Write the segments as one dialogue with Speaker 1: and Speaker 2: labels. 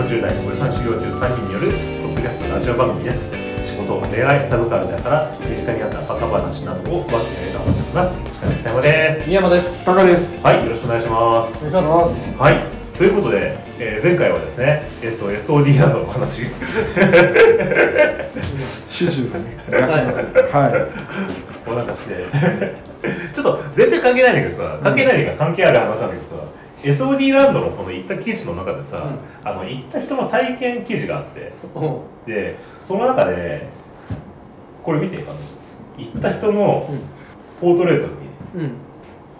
Speaker 1: 産修行中3人によるポッドキャストラジオ番組です仕事恋愛サブカルチャーから身近にあったバカ話などを分けてお話しておりますよろしくお願いします
Speaker 2: 宮山です。
Speaker 3: タカです。
Speaker 1: はいよろしくお願いします
Speaker 2: お願いし
Speaker 3: お願いし
Speaker 2: ます。
Speaker 1: はい、ということで、えー前回はですね、えっと SODR のお話
Speaker 3: シジュは
Speaker 1: をなんかして、 ちょっと全然関係ないんだけどさ、関係ないが関係ある話なんだけどさ、SOD ランドのこの行った記事の中でさ、あの行った人の体験記事があって、
Speaker 2: お
Speaker 1: で、その中で、これ見てあの行った人のポートレートに、
Speaker 2: うん。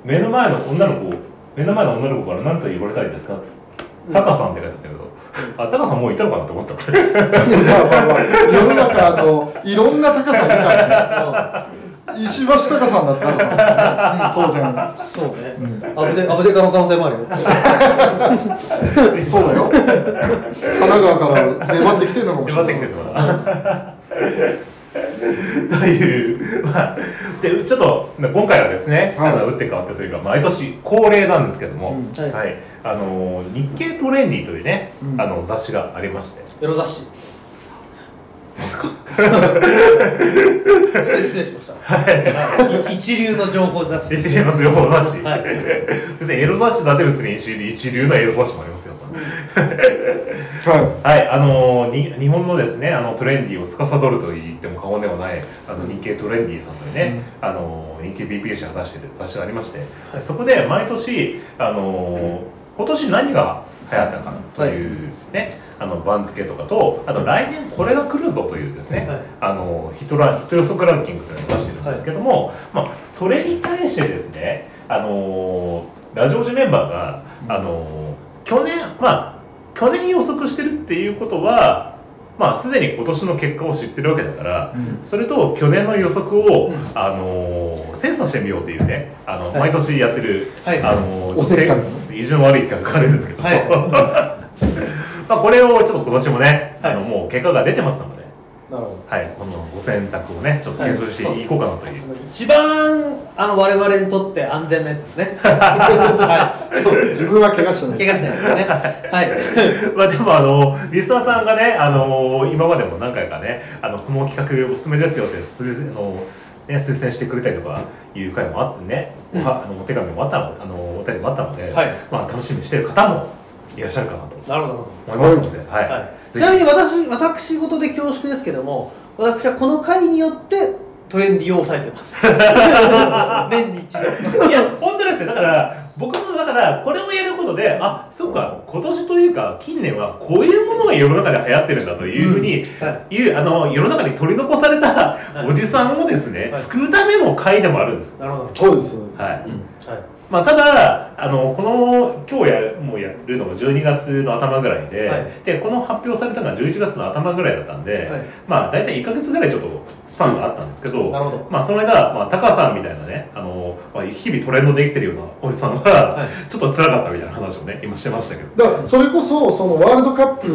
Speaker 1: 目の前の女の子を、目の前の女の子から何と言われたいですか、タカさんって書いてあったけど、あ、タカさんもういたのかなって思った、これ。
Speaker 3: い。まあまあまあ、世の中あのいろんな高さんいた
Speaker 2: あ
Speaker 3: よね。石橋高さんだったら当 然。
Speaker 2: そうね
Speaker 3: うん。
Speaker 2: アブデアブデカの可能性もあ るよ。
Speaker 3: そうだよ。神奈川から粘ってきてる のかもし
Speaker 1: 粘
Speaker 3: れ
Speaker 1: って
Speaker 3: ない。
Speaker 1: きてるのかな。という、まあ、でちょっと今回はですね、
Speaker 3: は
Speaker 1: あ
Speaker 3: い
Speaker 1: の打って変わってというか、毎年恒例なんですけども、
Speaker 3: うん
Speaker 2: は
Speaker 1: はいいあの日経トレンディというね、
Speaker 3: うん
Speaker 1: あの雑誌がありまして、
Speaker 2: エロ雑誌。 失礼失礼しました。はい一流の情報 雑誌。
Speaker 1: 一流の情報雑誌、
Speaker 2: はい
Speaker 1: 別にエロ雑誌だけですね、一流一流のエロ雑誌もありますよ。
Speaker 3: は
Speaker 1: はい、あのに日本のですねあのトレンディーを司ると言っても過言ではないあの日経トレンディーさんというね、あの日経 BPA 社が出している雑誌がありまして、そこで毎年あの今年何が流行ったかというね、あの番付とかとあと来年これが来るぞというですね、
Speaker 2: はい
Speaker 1: あのヒットラヒット予測ランキングというのを出してるんですけども、まあ、それに対してですねあのラジオ時メンバーがあの去年まあ去年予測してるっていうことはまあすでに今年の結果を知ってるわけだから
Speaker 3: い。うん
Speaker 1: それと去年の予測を、
Speaker 2: うん
Speaker 1: あのー精査してみようっていうねあの、
Speaker 2: はい
Speaker 1: 毎年やってる、
Speaker 2: はい
Speaker 1: あのー
Speaker 3: おせっかい
Speaker 1: ちょっと意地の悪い企画があるんですけど、
Speaker 2: はい
Speaker 1: まあこれをちょっと今年もね、
Speaker 2: はい
Speaker 1: あのもう結果が出てますので、
Speaker 2: なるほ
Speaker 1: はい、このご選択をねちょっと検討していこうかなという。
Speaker 2: ど。一番あの我々にとって安全なやつですね。 は。
Speaker 3: そう自分は怪我してない
Speaker 2: 怪我し ないですね。はい。
Speaker 1: まあでもあのリスナーさんがねあの今までも何回かねあのこの企画おすすめですよって推薦あの、ね、推薦してくれたりとかいう回もあってね、
Speaker 2: うん
Speaker 1: はあのお手紙もあったのあのお便りもあったので、
Speaker 2: はい
Speaker 1: まあ楽しみにしてる方もいらっしゃるかなと
Speaker 2: なるほどなるほど。
Speaker 1: 思いますので、はい
Speaker 2: はい、
Speaker 1: ぜひ
Speaker 2: ちなみに私私事で恐縮ですけども私はこの回によってトレンディを抑えて ます年に一度
Speaker 1: いや本当ですよだから僕もだからこれをやることであそうか今年というか近年はこういうものが世の中で流行ってるんだというふうに、、
Speaker 2: はい
Speaker 1: うあの世の中に取り残された
Speaker 2: い
Speaker 1: おじさんをですね、
Speaker 2: はい
Speaker 1: 救うための会でもあるんです、
Speaker 2: なるほど、
Speaker 3: そうですそうです。
Speaker 1: はい
Speaker 2: はい
Speaker 1: まあ、ただあのこの今日やもうやるのが12月の頭ぐらいで,、
Speaker 2: はい
Speaker 1: でこの発表されたのが11月の頭ぐらいだったんで、
Speaker 2: はい
Speaker 1: まあ大体1か月ぐらいちょっとスパンがあったんですけど、
Speaker 2: なるほど
Speaker 1: まあ、その間、まあ、タカさんみたいなねあの、まあ、日々トレンドできてるようなおじさんが、
Speaker 2: はい
Speaker 1: ちょっと辛かったみたいな話をね今してましたけど
Speaker 3: だからそれこそそのワールドカップ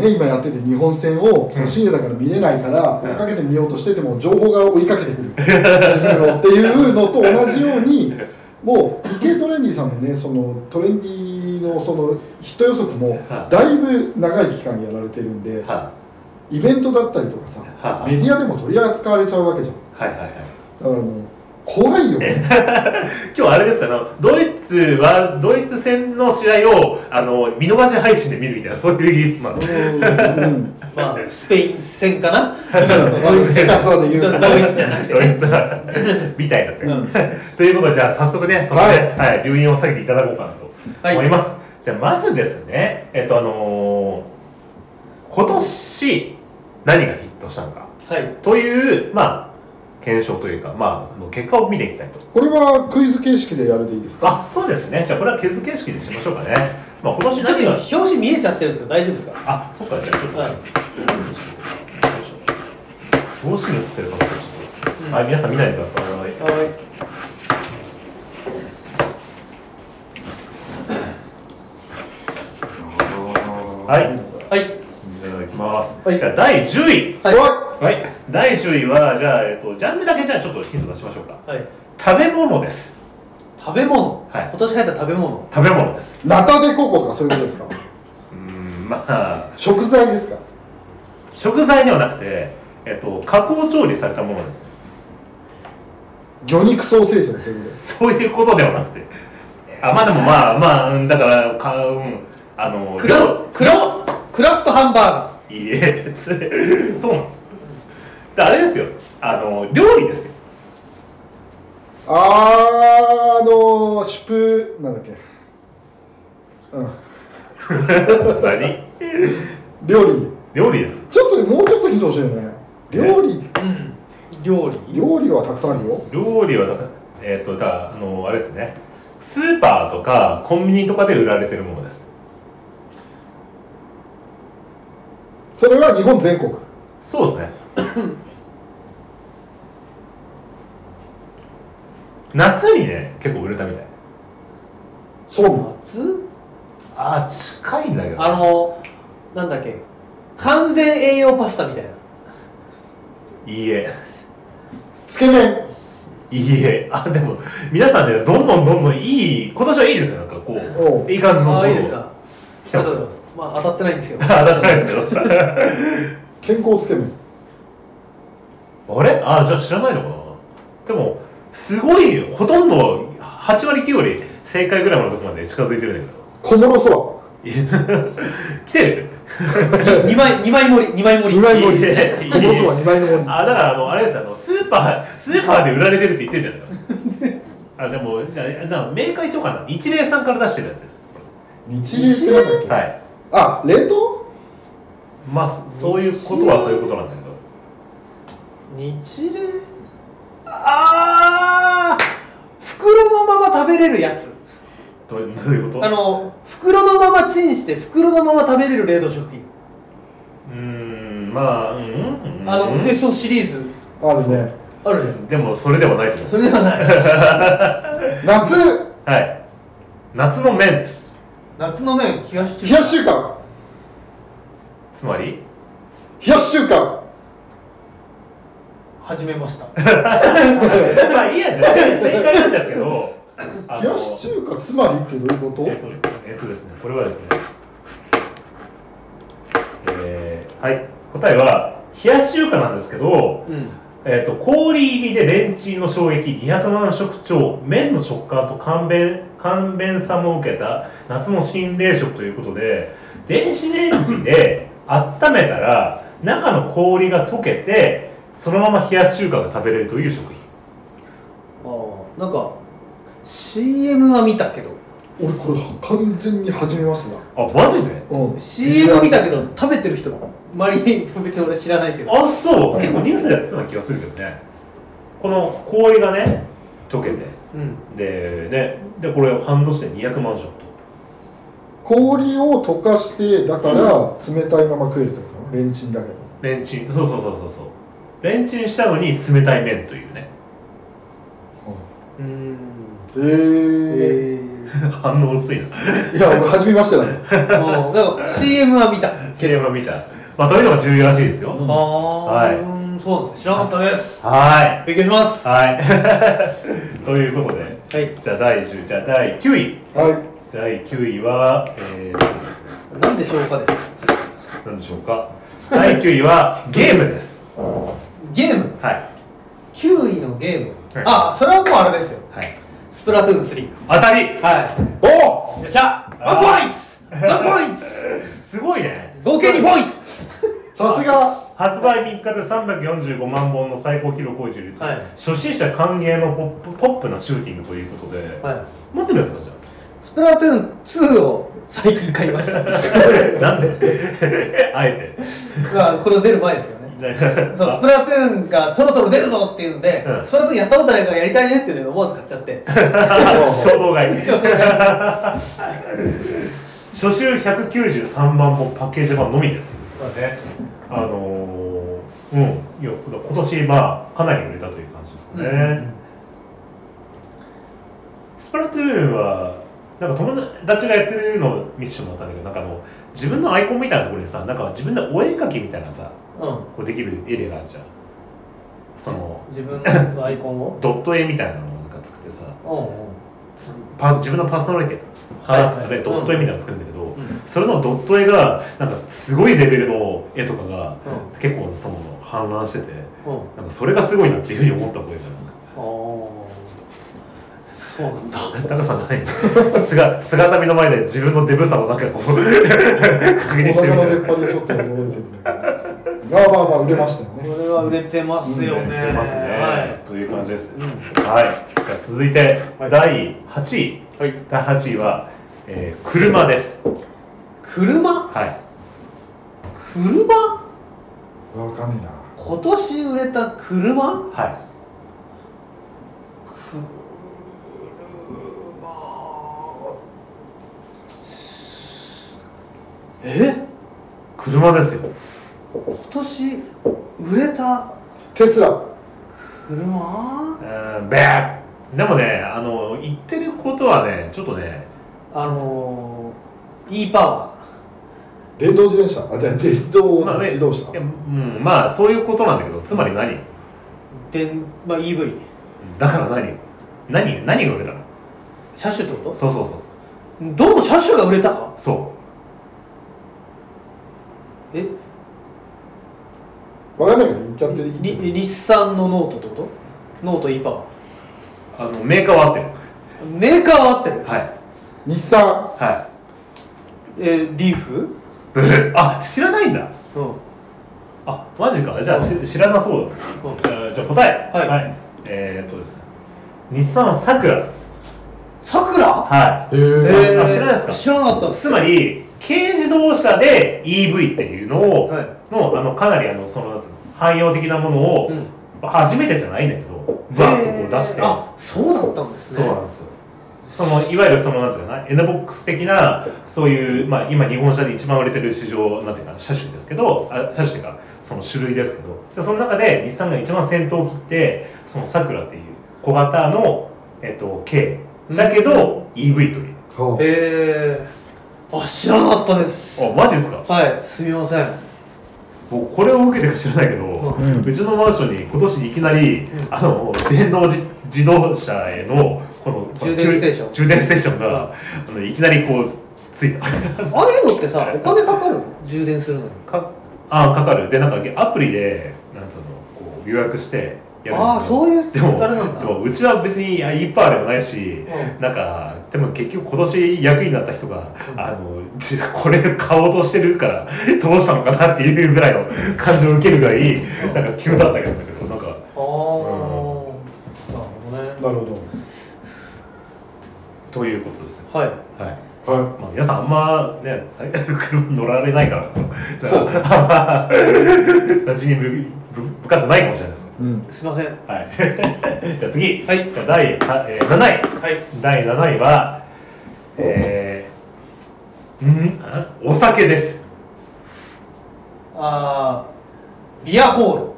Speaker 3: ね今やってて日本戦をその深夜だから見れないから
Speaker 1: うん
Speaker 3: 追っかけてみようとしてても情報が追いかけてくる自分のっていうのと同じよう にもう池トレンディさんもねそのトレンディのそのヒット予測も
Speaker 1: はい
Speaker 3: だいぶ長い期間やられてるんで
Speaker 1: は
Speaker 3: イベントだったりとかさ
Speaker 1: はい
Speaker 3: メディアでも取り扱われちゃうわけじゃんだ
Speaker 1: いはいはいはい
Speaker 3: からもう怖いよね
Speaker 1: 今日あれですよあのドイツはドイツ戦の試合をあの見逃し配信で見るみたいなそう いう、まあ、
Speaker 3: うん
Speaker 2: まあスペイン戦かな
Speaker 3: ドイツ近そうで言う
Speaker 2: ド
Speaker 3: と
Speaker 2: ドイツじゃなくて
Speaker 1: ドイツだみたいなって、
Speaker 2: うん
Speaker 1: ということでじゃあ早速ねそのね、はい留飲を下げていただこうかなと
Speaker 2: はい
Speaker 1: 思います、じゃあまずですねえっとあのー今年何がヒットしたのか
Speaker 2: はい
Speaker 1: というまあ検証というかまああの結果を見ていきたいと
Speaker 3: これはクイズ形式でやるでいいですか
Speaker 1: あそうですねじゃあこれは削形式にしましょうかねまあ今年
Speaker 2: ちょっと
Speaker 1: 何
Speaker 2: 今
Speaker 1: が
Speaker 2: 表紙見えちゃってるんですけど大丈夫ですか
Speaker 1: あそっかじゃあちょっと、
Speaker 2: はい
Speaker 1: 表紙に映ってるかもしれ
Speaker 2: うん
Speaker 1: ない、はい皆さん見ないでください
Speaker 2: はい
Speaker 1: はい
Speaker 2: はい
Speaker 1: いただきます。
Speaker 2: はい
Speaker 1: じゃあ第10位。
Speaker 2: はい
Speaker 1: はい。第10位は、じゃあ、えっと、ジャンルだけじゃあちょっとヒント出しましょうか。
Speaker 2: はい
Speaker 1: 食べ物です。
Speaker 2: 食べ物、
Speaker 1: はい
Speaker 2: 今年流行った食べ物
Speaker 1: 食べ物です。
Speaker 3: ナタデココとかそういうことですか
Speaker 1: うーん、まあ
Speaker 3: 食材ですか
Speaker 1: 食材ではなくて、えっと、加工調理されたものです
Speaker 3: 魚肉ソーセージの食材
Speaker 1: そういうことではなくてあまあでもまあまあうんだからかうんあの
Speaker 2: クラクラクラフトハンバ
Speaker 1: いいえ つそうなのであれですよあの料理ですよ
Speaker 3: あーあのシュプなんだっけうん
Speaker 1: 何
Speaker 3: 料理
Speaker 1: 料理です
Speaker 3: ちょっともうちょっとヒント欲しいよね料理
Speaker 2: ーガーうん料理
Speaker 3: 料理はたくさんあるよ
Speaker 1: 料理はだからえっ、とだあのあれですねスーパーとかコンビニとかで売られてるものです
Speaker 3: それは日本全国
Speaker 1: そうですね 夏にね結構売れたみたい
Speaker 3: そうめん
Speaker 2: 夏
Speaker 1: あー近いんだけど
Speaker 2: あのなんだっけ完全栄養パスタみたいない
Speaker 1: いえ
Speaker 3: つけ麺
Speaker 1: いいえあでも皆さんねどんどんどんどんいい今年はいいですよなんかこ
Speaker 3: お
Speaker 1: ういい感じのとこ
Speaker 2: ああ
Speaker 1: ろ
Speaker 2: いいですか
Speaker 1: 来てます
Speaker 2: ありがとうございますまあ当たってないんですけ ど
Speaker 1: あ出してないですけ
Speaker 3: 健康つけ麺
Speaker 1: ど あれあじゃあ知らないのかなでもすごいほとんど8割9割正解ぐらいのとこまで近づいてるんだ
Speaker 3: 小諸そ
Speaker 1: けど来てる
Speaker 2: 二枚二枚盛り二枚盛
Speaker 3: ば
Speaker 2: り
Speaker 3: 2枚盛
Speaker 1: いい
Speaker 3: り
Speaker 1: えいいえ
Speaker 3: 小諸そば2枚の盛り
Speaker 1: あだからあのあれですあのスーパースーパーで売られてるって言ってる じゃないかあでもじゃあな明快とかな一礼さんから出してるやつです
Speaker 3: 日流ってなんだっけ、
Speaker 1: はい
Speaker 3: あ冷凍
Speaker 1: まあそそういうことはそういうことなんだけど
Speaker 2: 日例ああ袋のまま食べれるやつ
Speaker 1: どうどういうこと
Speaker 2: あの袋のままチンして袋のまま食べれる冷凍食品、
Speaker 1: うーんまあうんうんうん
Speaker 2: あのでそのシリーズ
Speaker 3: あるね
Speaker 2: あるじゃん
Speaker 1: でもそれではないと思
Speaker 2: それではない
Speaker 3: 夏
Speaker 1: うはい夏の麺です
Speaker 2: 夏の麺冷やし中
Speaker 3: 冷やし中華
Speaker 1: つまり
Speaker 3: 冷やし中華
Speaker 2: 始めました
Speaker 1: まあいいやじゃあ正解なんですけどあの
Speaker 3: 冷やし中華つまりってどういうこと
Speaker 1: えっとえっとですねこれはですねえー、はい答えは冷やし中華なんですけど
Speaker 2: うん
Speaker 1: えー、と氷入りでレンチンの衝撃200万食超麺の食感と簡便簡便さも受けた夏の新冷食ということで電子レンジで温めたら中の氷が溶けてそのまま冷やし中華が食べれるという食品
Speaker 2: ああなんか CM は見たけど
Speaker 3: 俺これ完全に始めますな
Speaker 1: あマジで
Speaker 3: うん
Speaker 2: CM 見たけど食べてる人周りに別に俺知らないけど
Speaker 1: あそう結構ニュースでやってたような気がするけどねこの氷がね溶けて
Speaker 2: うん
Speaker 1: でねでこれを半年で200万食と
Speaker 3: 氷を溶かしてだから冷たいまま食えるってことなのレンチンだけど
Speaker 1: レンチンそうそうそうそうそうレンチンしたのに冷たい麺というね
Speaker 2: うーん
Speaker 3: え
Speaker 2: え
Speaker 1: 反応薄いな
Speaker 3: えいや俺初めましてだね
Speaker 2: ー、もうなんか CM は見た
Speaker 1: 知れば見たまあというのが重要らしいですよ
Speaker 3: ん
Speaker 2: は、
Speaker 1: はいい
Speaker 2: うんそうなんです知らなかったです
Speaker 1: は
Speaker 2: 勉強します
Speaker 1: いはい ということで
Speaker 2: はい
Speaker 1: じゃあ第10じゃあ第9位
Speaker 3: はい
Speaker 1: 第9位はえー何ですね
Speaker 2: なんでしょうかです
Speaker 1: 何でしょう か第9位はゲームです
Speaker 2: ゲーム
Speaker 1: はい
Speaker 2: 9位のゲーム、
Speaker 1: はい
Speaker 2: あそれはもうあれですよ
Speaker 1: はい
Speaker 2: スプラトゥーン3
Speaker 1: 当たり
Speaker 2: はい
Speaker 3: お
Speaker 2: よっしゃワンポイントワンポイント
Speaker 1: すごいね
Speaker 2: 合計2ポイント
Speaker 3: さすが
Speaker 1: 発売3日で345万本の最高記録を樹立、
Speaker 2: はい
Speaker 1: 初心者歓迎のポップポップなシューティングということで、
Speaker 2: はい
Speaker 1: 持ってるんですかじゃあ
Speaker 2: スプラトゥーン2を最近買いま した
Speaker 1: なんで あえて
Speaker 2: まあこれ出る前ですよね そうスプラトゥーンがそろそろ出るぞっていうので、
Speaker 1: うん
Speaker 2: スプラトゥーンやったことないからやりたいねっていうので思わず買っちゃって
Speaker 1: 衝動買い初週193万本パッケージ版のみですねあのー、うんいや今年まあかなり売れたという感じですかね、スプラトゥーンはなんか友達がやってるのミッションだったんだけどなんかあの自分のアイコンみたいなところにさなんか自分のお絵描きみたいなさ
Speaker 2: うん、うん
Speaker 1: こうできるエレがあるじゃんその
Speaker 2: 自分のアイコンを
Speaker 1: ドット絵みたいなのをなんか作ってさ
Speaker 2: うんうん
Speaker 1: パー自分のパーソナリティ
Speaker 2: はい
Speaker 1: 話すのでドット絵みたいなの作るんだけど、
Speaker 2: うん
Speaker 1: それのドット絵がなんかすごいレベルの絵とかが、
Speaker 2: う
Speaker 1: 結構その氾濫してて
Speaker 2: うん
Speaker 1: なんかそれがすごいなっていうふうに思った覚えがある
Speaker 2: ああそうなんだ
Speaker 1: 高さない姿姿見の前で自分のデブさの中を確認
Speaker 3: お
Speaker 1: してみ
Speaker 3: 腹
Speaker 1: た
Speaker 3: の
Speaker 1: い
Speaker 3: 出っ張りをちょっと驚いてるんだけどまあまあまあ売れましたよ
Speaker 2: こ
Speaker 3: ね
Speaker 2: れは売れてますよね、
Speaker 1: 出ますね、
Speaker 2: は
Speaker 1: という感じです、
Speaker 2: い、うん
Speaker 1: はいじゃあ続いて、
Speaker 2: はい
Speaker 1: 第8位
Speaker 2: はい、
Speaker 1: 第8位は、えー車です
Speaker 2: 車
Speaker 1: はい
Speaker 2: 車
Speaker 3: わかんね
Speaker 2: 今年売れた車
Speaker 1: はい
Speaker 2: え
Speaker 1: 車ですよ
Speaker 2: 今年売れた
Speaker 3: えなテスラ
Speaker 2: 車
Speaker 1: うんべーでもねあの言ってることはねちょっとね
Speaker 2: あのー、e パワ
Speaker 3: 電動自転車あで電動
Speaker 1: まあね
Speaker 3: 自動車、
Speaker 1: いやうん、まあそういうことなんだけどつまり何
Speaker 2: ー電、まあ、EV
Speaker 1: だから何何何が売れたの
Speaker 2: 車種ってこ
Speaker 1: そうそうそう
Speaker 2: とどの車種が売れたか
Speaker 1: そ
Speaker 2: え
Speaker 3: わかんないから言っちゃっていいと
Speaker 2: リ
Speaker 3: 思う
Speaker 2: 日産のノートってことノート e パワ
Speaker 1: うあのメーカーは合ってる
Speaker 2: ーメーカーは合ってる、
Speaker 1: はい
Speaker 3: 日産
Speaker 1: は
Speaker 2: えー、リーフ
Speaker 1: いブーあ知らないんだ
Speaker 2: うん
Speaker 1: あマジかじゃあし知らなそう
Speaker 2: うん
Speaker 1: だ、じゃあじゃあ答え
Speaker 2: はい
Speaker 1: えー、っとですね日産さくら
Speaker 2: さくら
Speaker 1: は
Speaker 3: え
Speaker 1: い、
Speaker 3: ー
Speaker 1: えーあ知らないですか
Speaker 2: 知らなかったです
Speaker 1: つまり軽自動車で EV っていうのを、
Speaker 2: はい
Speaker 1: のあのかなりあのそのなんつうの汎用的なものを、
Speaker 2: うん
Speaker 1: まあ初めてじゃないんだけどバーッとこう出して、
Speaker 2: へーあそうだったんですね
Speaker 1: そうなんですよそのいわゆるそのなんていうかな N ボックス的なそういう、まあ、今日本車で一番売れてる市場なんていうか車種ですけどあ車種っていうかその種類ですけどでその中で日産が一番先頭を切ってそのサクラっていう小型の、えっと、軽だけど EV という、
Speaker 3: はあ
Speaker 2: えー、あ知らなかったです
Speaker 1: あマジですか
Speaker 2: はいすみません
Speaker 1: 僕これを受けてか知らないけど、
Speaker 2: う
Speaker 1: うんちのマンションに今年いきなり、
Speaker 2: ん
Speaker 1: あの電動自自動車へのこのこの
Speaker 2: 充電ステーション
Speaker 1: 充電ステーションが、あのいきなりこうついた
Speaker 2: ああいうのってさお金かかるの充電するのに
Speaker 1: かあかかるでなんかアプリでなんつうのこう予約してやるんだけど
Speaker 2: ああそういう
Speaker 1: でも
Speaker 2: あれなんだ
Speaker 1: でもうちは別にあいっぱいでもないし、
Speaker 2: う
Speaker 1: なんかでも結局今年役になった人が、
Speaker 2: うん
Speaker 1: あのちこれ買おうとしてるからどうしたのかなっていうぐらいの感情を受けるぐらい、なんか急だったけどなんか
Speaker 2: ああー、なるほどね
Speaker 3: なるほ
Speaker 1: ということですよ
Speaker 2: はい
Speaker 1: はい
Speaker 3: どはい
Speaker 1: まあ、皆さんあんまね最車乗られないからだか
Speaker 3: そう
Speaker 1: ら
Speaker 3: ですね
Speaker 1: あんま馴染みぶぶ深くないかもしれないですね
Speaker 3: うん
Speaker 2: すみません
Speaker 1: はい じゃあ次、
Speaker 2: はい
Speaker 1: じゃあ第は、えー、7位
Speaker 2: はい
Speaker 1: 第7位は、えー、んあお酒です。
Speaker 2: あービアホ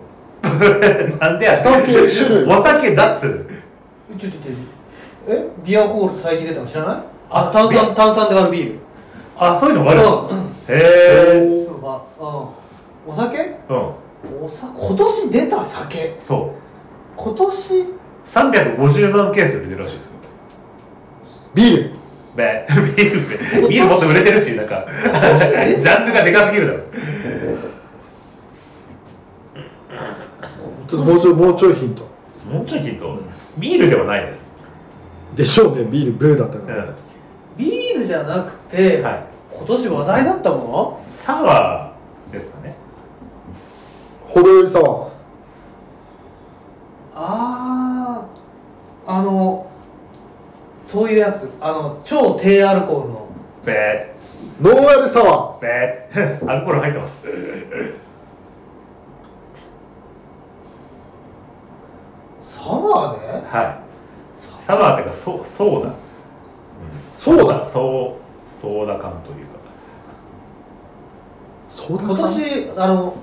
Speaker 1: なんでや
Speaker 3: お酒種類
Speaker 1: お酒だっつう
Speaker 2: ールちょちょちょえビアホールって最近出たの知らない
Speaker 1: あ
Speaker 2: あ炭
Speaker 1: ビ
Speaker 2: 酸炭酸で割るビール
Speaker 1: あ、そういうのもあるの
Speaker 2: うん
Speaker 1: へえ。
Speaker 2: あうんお酒
Speaker 1: うん、
Speaker 2: おさ今年出た酒
Speaker 1: そう。
Speaker 2: 今年
Speaker 1: 350万ケース売れてるらしいですよ。
Speaker 3: ビール
Speaker 1: べ ビール、ビールもっと売れてるし、なんか、 ジャンルがでかすぎるだろ。
Speaker 3: ちょっともうちょいもうちょいヒント
Speaker 1: もうちょいヒント。ビールではないです。
Speaker 3: でしょうねビールブーだった
Speaker 1: う
Speaker 3: から、
Speaker 1: ん。
Speaker 2: ビールじゃなくて、
Speaker 1: はい。
Speaker 2: 今年話題だったも
Speaker 1: サワーですかね。
Speaker 3: 程よいさは
Speaker 2: のあああのそういうやつあの超低アルコールの
Speaker 1: べ
Speaker 3: ノンアルサワ
Speaker 1: ー、べー。ア ルコール入ってます。
Speaker 2: サワーね
Speaker 1: はい。サワーっていうか、そう、そうだ。
Speaker 3: ーそう
Speaker 1: まあ
Speaker 3: だ
Speaker 1: そうソーダ感というか
Speaker 3: そうだ
Speaker 2: 今年あの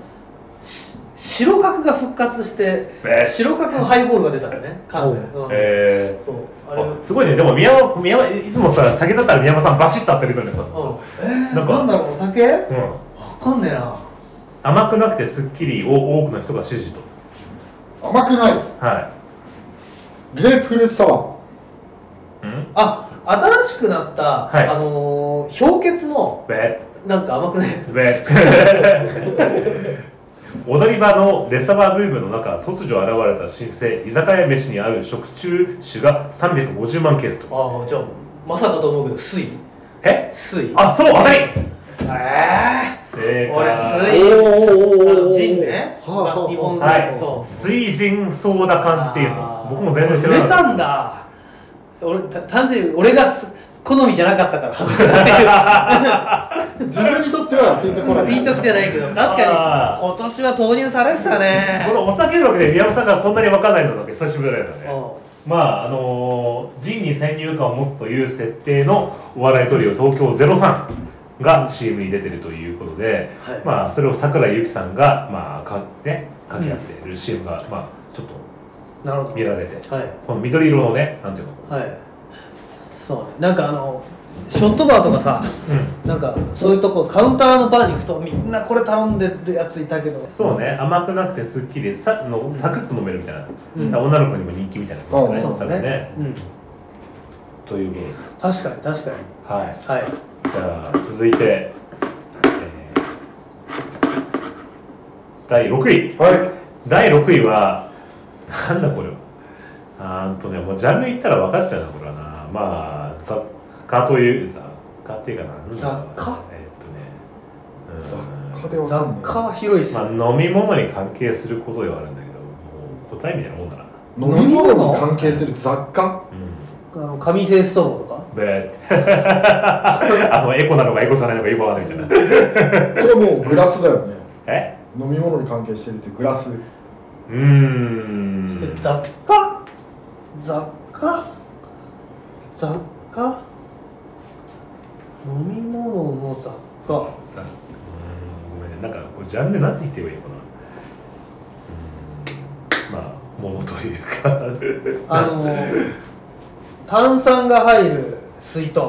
Speaker 2: し白角が復活して
Speaker 1: え
Speaker 2: 白角のハイボールが出たのね缶で、
Speaker 3: お
Speaker 2: うん
Speaker 1: え
Speaker 2: そう
Speaker 1: ー
Speaker 2: あれ
Speaker 1: あすごいねでも宮山宮山いつもさ酒だったら宮山さんバシッと当てるのにさ、
Speaker 2: うんえ
Speaker 1: な
Speaker 2: ー、なんん
Speaker 1: か
Speaker 2: だろうお酒わ
Speaker 1: うん、
Speaker 2: かんねえな
Speaker 1: 甘くなくてすっきりを多くの人が支持と
Speaker 3: 甘くない
Speaker 1: はい
Speaker 3: グレープフルーツサワ
Speaker 1: うん
Speaker 2: あ新しくなった、
Speaker 1: はい
Speaker 2: あのー氷結の
Speaker 1: べ
Speaker 2: なんか甘くないやつ
Speaker 1: べ 踊り場のレサバーブームの中突如現れた新生居酒屋飯に合う食中酒が350万ケースと
Speaker 2: ああじゃあまさかと思うけど水
Speaker 1: え
Speaker 2: 水
Speaker 1: あそうはい
Speaker 2: え
Speaker 1: 正解
Speaker 2: 俺
Speaker 3: お
Speaker 2: 水あ
Speaker 3: ー
Speaker 2: のジンね
Speaker 3: はあはあはあ
Speaker 2: 日本の
Speaker 1: はい
Speaker 2: そう
Speaker 1: 水人ソーダ缶っていう
Speaker 2: あ
Speaker 1: の
Speaker 2: ー
Speaker 1: 僕も全然知
Speaker 2: これ
Speaker 1: らな
Speaker 2: 売れ
Speaker 1: かった
Speaker 2: たんだ俺た単純に俺がす好みじゃなかったから外せない
Speaker 3: 自分にとってはピンとこない
Speaker 2: ピンときてないけど確か
Speaker 1: あ
Speaker 2: に
Speaker 1: ー
Speaker 2: 今年は投入されてたね
Speaker 1: このお酒のわけで宮本さんがこんなに分かんないのだけ久しぶりだ
Speaker 2: う
Speaker 1: ね
Speaker 2: ん
Speaker 1: まああのー、ジンに先入観を持つという設定のお笑いトリオ東京03が CM に出てるということで、
Speaker 2: はい
Speaker 1: まあそれを桜井由紀さんがまあかね掛け合ってる CM が、まあちょっと
Speaker 2: なるほ
Speaker 1: 見られて
Speaker 2: どはい
Speaker 1: この緑色のねなんていうの
Speaker 2: はいそうねなんかあのショットバーとかさ
Speaker 1: うん
Speaker 2: なんかそういうとこカウンターのバーに行くとみんなこれ頼んでるやついたけど
Speaker 1: そうね甘くなくてすっきりさのサクッと飲めるみたいな、
Speaker 2: うん
Speaker 1: 女の子にも人気みたいなこと
Speaker 3: あ
Speaker 1: ね
Speaker 3: あ
Speaker 2: そ
Speaker 1: 多
Speaker 2: うで
Speaker 1: 分
Speaker 2: す
Speaker 1: ね
Speaker 2: うん
Speaker 1: ということです
Speaker 2: 確かに確かに
Speaker 1: はい
Speaker 2: はい
Speaker 1: じゃあ続いて、えー第6位
Speaker 3: はい
Speaker 1: 第6位はなんだこれはあーんとねもうジャンル言ったら分かっちゃうなこれはなまあ雑貨という雑貨っていうかななんだろう
Speaker 2: 雑貨
Speaker 1: えーっとねうん
Speaker 3: 雑貨でわか
Speaker 2: 雑
Speaker 3: んない
Speaker 2: 貨は広いっすね
Speaker 1: まあ、飲み物に関係することではあるんだけどもう答えみたいなもんだな
Speaker 3: 飲み物に関係する雑貨
Speaker 1: うん
Speaker 2: あの紙製ストーブとか
Speaker 1: べーって あのエコなのかエコじゃないのかよくわかんないみたいな
Speaker 3: それはもうグラスだよね
Speaker 1: え
Speaker 3: 飲み物に関係してるってグラス
Speaker 1: うーん
Speaker 2: してる雑貨雑貨雑貨飲み物の雑貨
Speaker 1: さうーんごめんねなんかこうジャンルなんて言って言えばいいのかなうーんまあものというか
Speaker 2: あの炭酸が入る水筒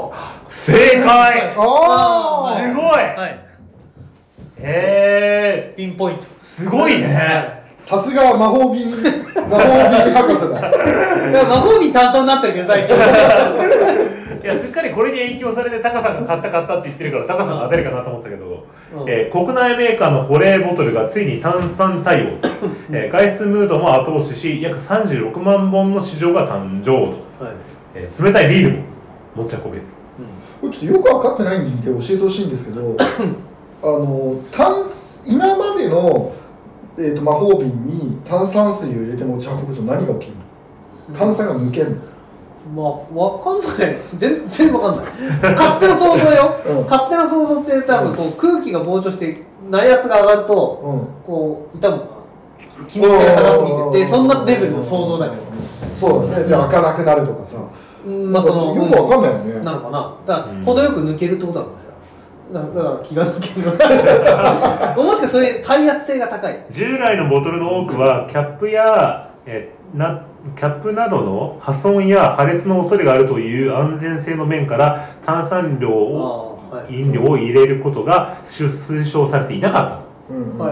Speaker 1: 正解す
Speaker 2: あー
Speaker 1: ごい
Speaker 2: はい
Speaker 1: え
Speaker 2: ピンポイント
Speaker 1: ー、すごいね
Speaker 3: さすが魔法瓶魔法瓶博士だ
Speaker 2: いや孫に担当になってるけど最近
Speaker 1: いやすっかりこれに影響されてタカさんが買った買ったって言ってるからタカさんが当てるかなと思ってたけど、
Speaker 2: うん
Speaker 1: えー国内メーカーの保冷ボトルがついに炭酸対応、えー外出ムードも後押しし約36万本の市場が誕生と、
Speaker 2: はい、
Speaker 1: えー冷たいビールも持ち運べる
Speaker 3: これちょっとよく分かってないんで教えてほしいんです けどあの炭今までの、えー、と魔法瓶に炭酸水を入れて持ち運ぶと何が起きるの炭酸が抜けるの
Speaker 2: まあ、わかんない全然わかんない勝手な想像 よ、
Speaker 3: うん
Speaker 2: 勝手な想像って多分こう空気が膨張して内圧が上がると
Speaker 3: うん
Speaker 2: こう痛むのかな気密性が高すぎてでそんなレベルの想像だけど
Speaker 3: そうだねじゃあ開かなくなるとかさ、
Speaker 2: うんまあその
Speaker 3: よくわかんないよ
Speaker 2: う
Speaker 3: ね
Speaker 2: んなのかなだか
Speaker 1: うん
Speaker 2: ら程よく抜けるってことなのかしらだだから気が抜ける のもしかそれ耐圧性が高い
Speaker 1: 従来のボトルの多くはキャップやえーなキャップなどの破損や破裂の恐れがあるという安全性の面から炭酸量
Speaker 2: あ
Speaker 1: を
Speaker 2: あはい
Speaker 1: 飲料を入れることが推推奨されていなかったと
Speaker 3: うんうんうんうん
Speaker 2: は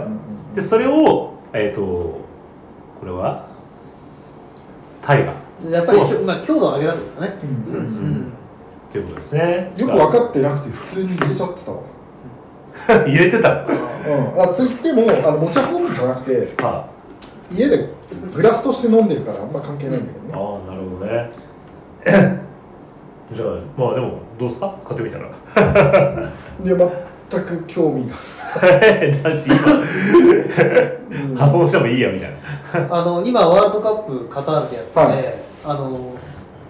Speaker 2: い
Speaker 1: でそれをえっ、とこれは大河
Speaker 2: やっぱりちょ、まあ、強度を上げたってことだね
Speaker 3: うんうん
Speaker 2: う
Speaker 3: うん
Speaker 2: ん
Speaker 1: ということですね
Speaker 3: よく分かってなくて普通に入れちゃってたわ、
Speaker 1: か 入れてたの
Speaker 3: うん、あつってもあの持ち運ぶんじゃなくて
Speaker 1: あ
Speaker 3: 家でグラスとして飲んでるからあんま関係ないんだけど
Speaker 1: あ
Speaker 3: ね、
Speaker 1: ーなるほどね じゃあまあでもどうですか買ってみたら
Speaker 3: で全く興味が
Speaker 1: だって今破損してもいいやみたいな
Speaker 2: あの今ワールドカップカタールでやってて、
Speaker 3: はい
Speaker 2: あの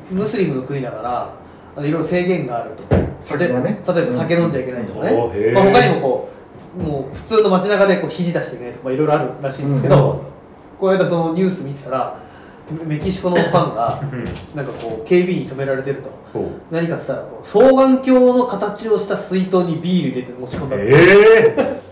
Speaker 2: ムスリムの国だからあのいろいろ制限があると
Speaker 3: 酒がね
Speaker 2: で例えば酒飲んじゃいけないとかね、
Speaker 1: うんおーへー
Speaker 2: まあ、他にもこうもう普通の街中でこう肘出していけないとかまあいろいろあるらしいんですけど、この間そのニュース見てたらメキシコのファンが
Speaker 1: うん
Speaker 2: なんかこう警備員に止められてると
Speaker 1: そう
Speaker 2: 何かっつったらこう双眼鏡の形をした水筒にビール入れて持ち込んだと
Speaker 1: ええ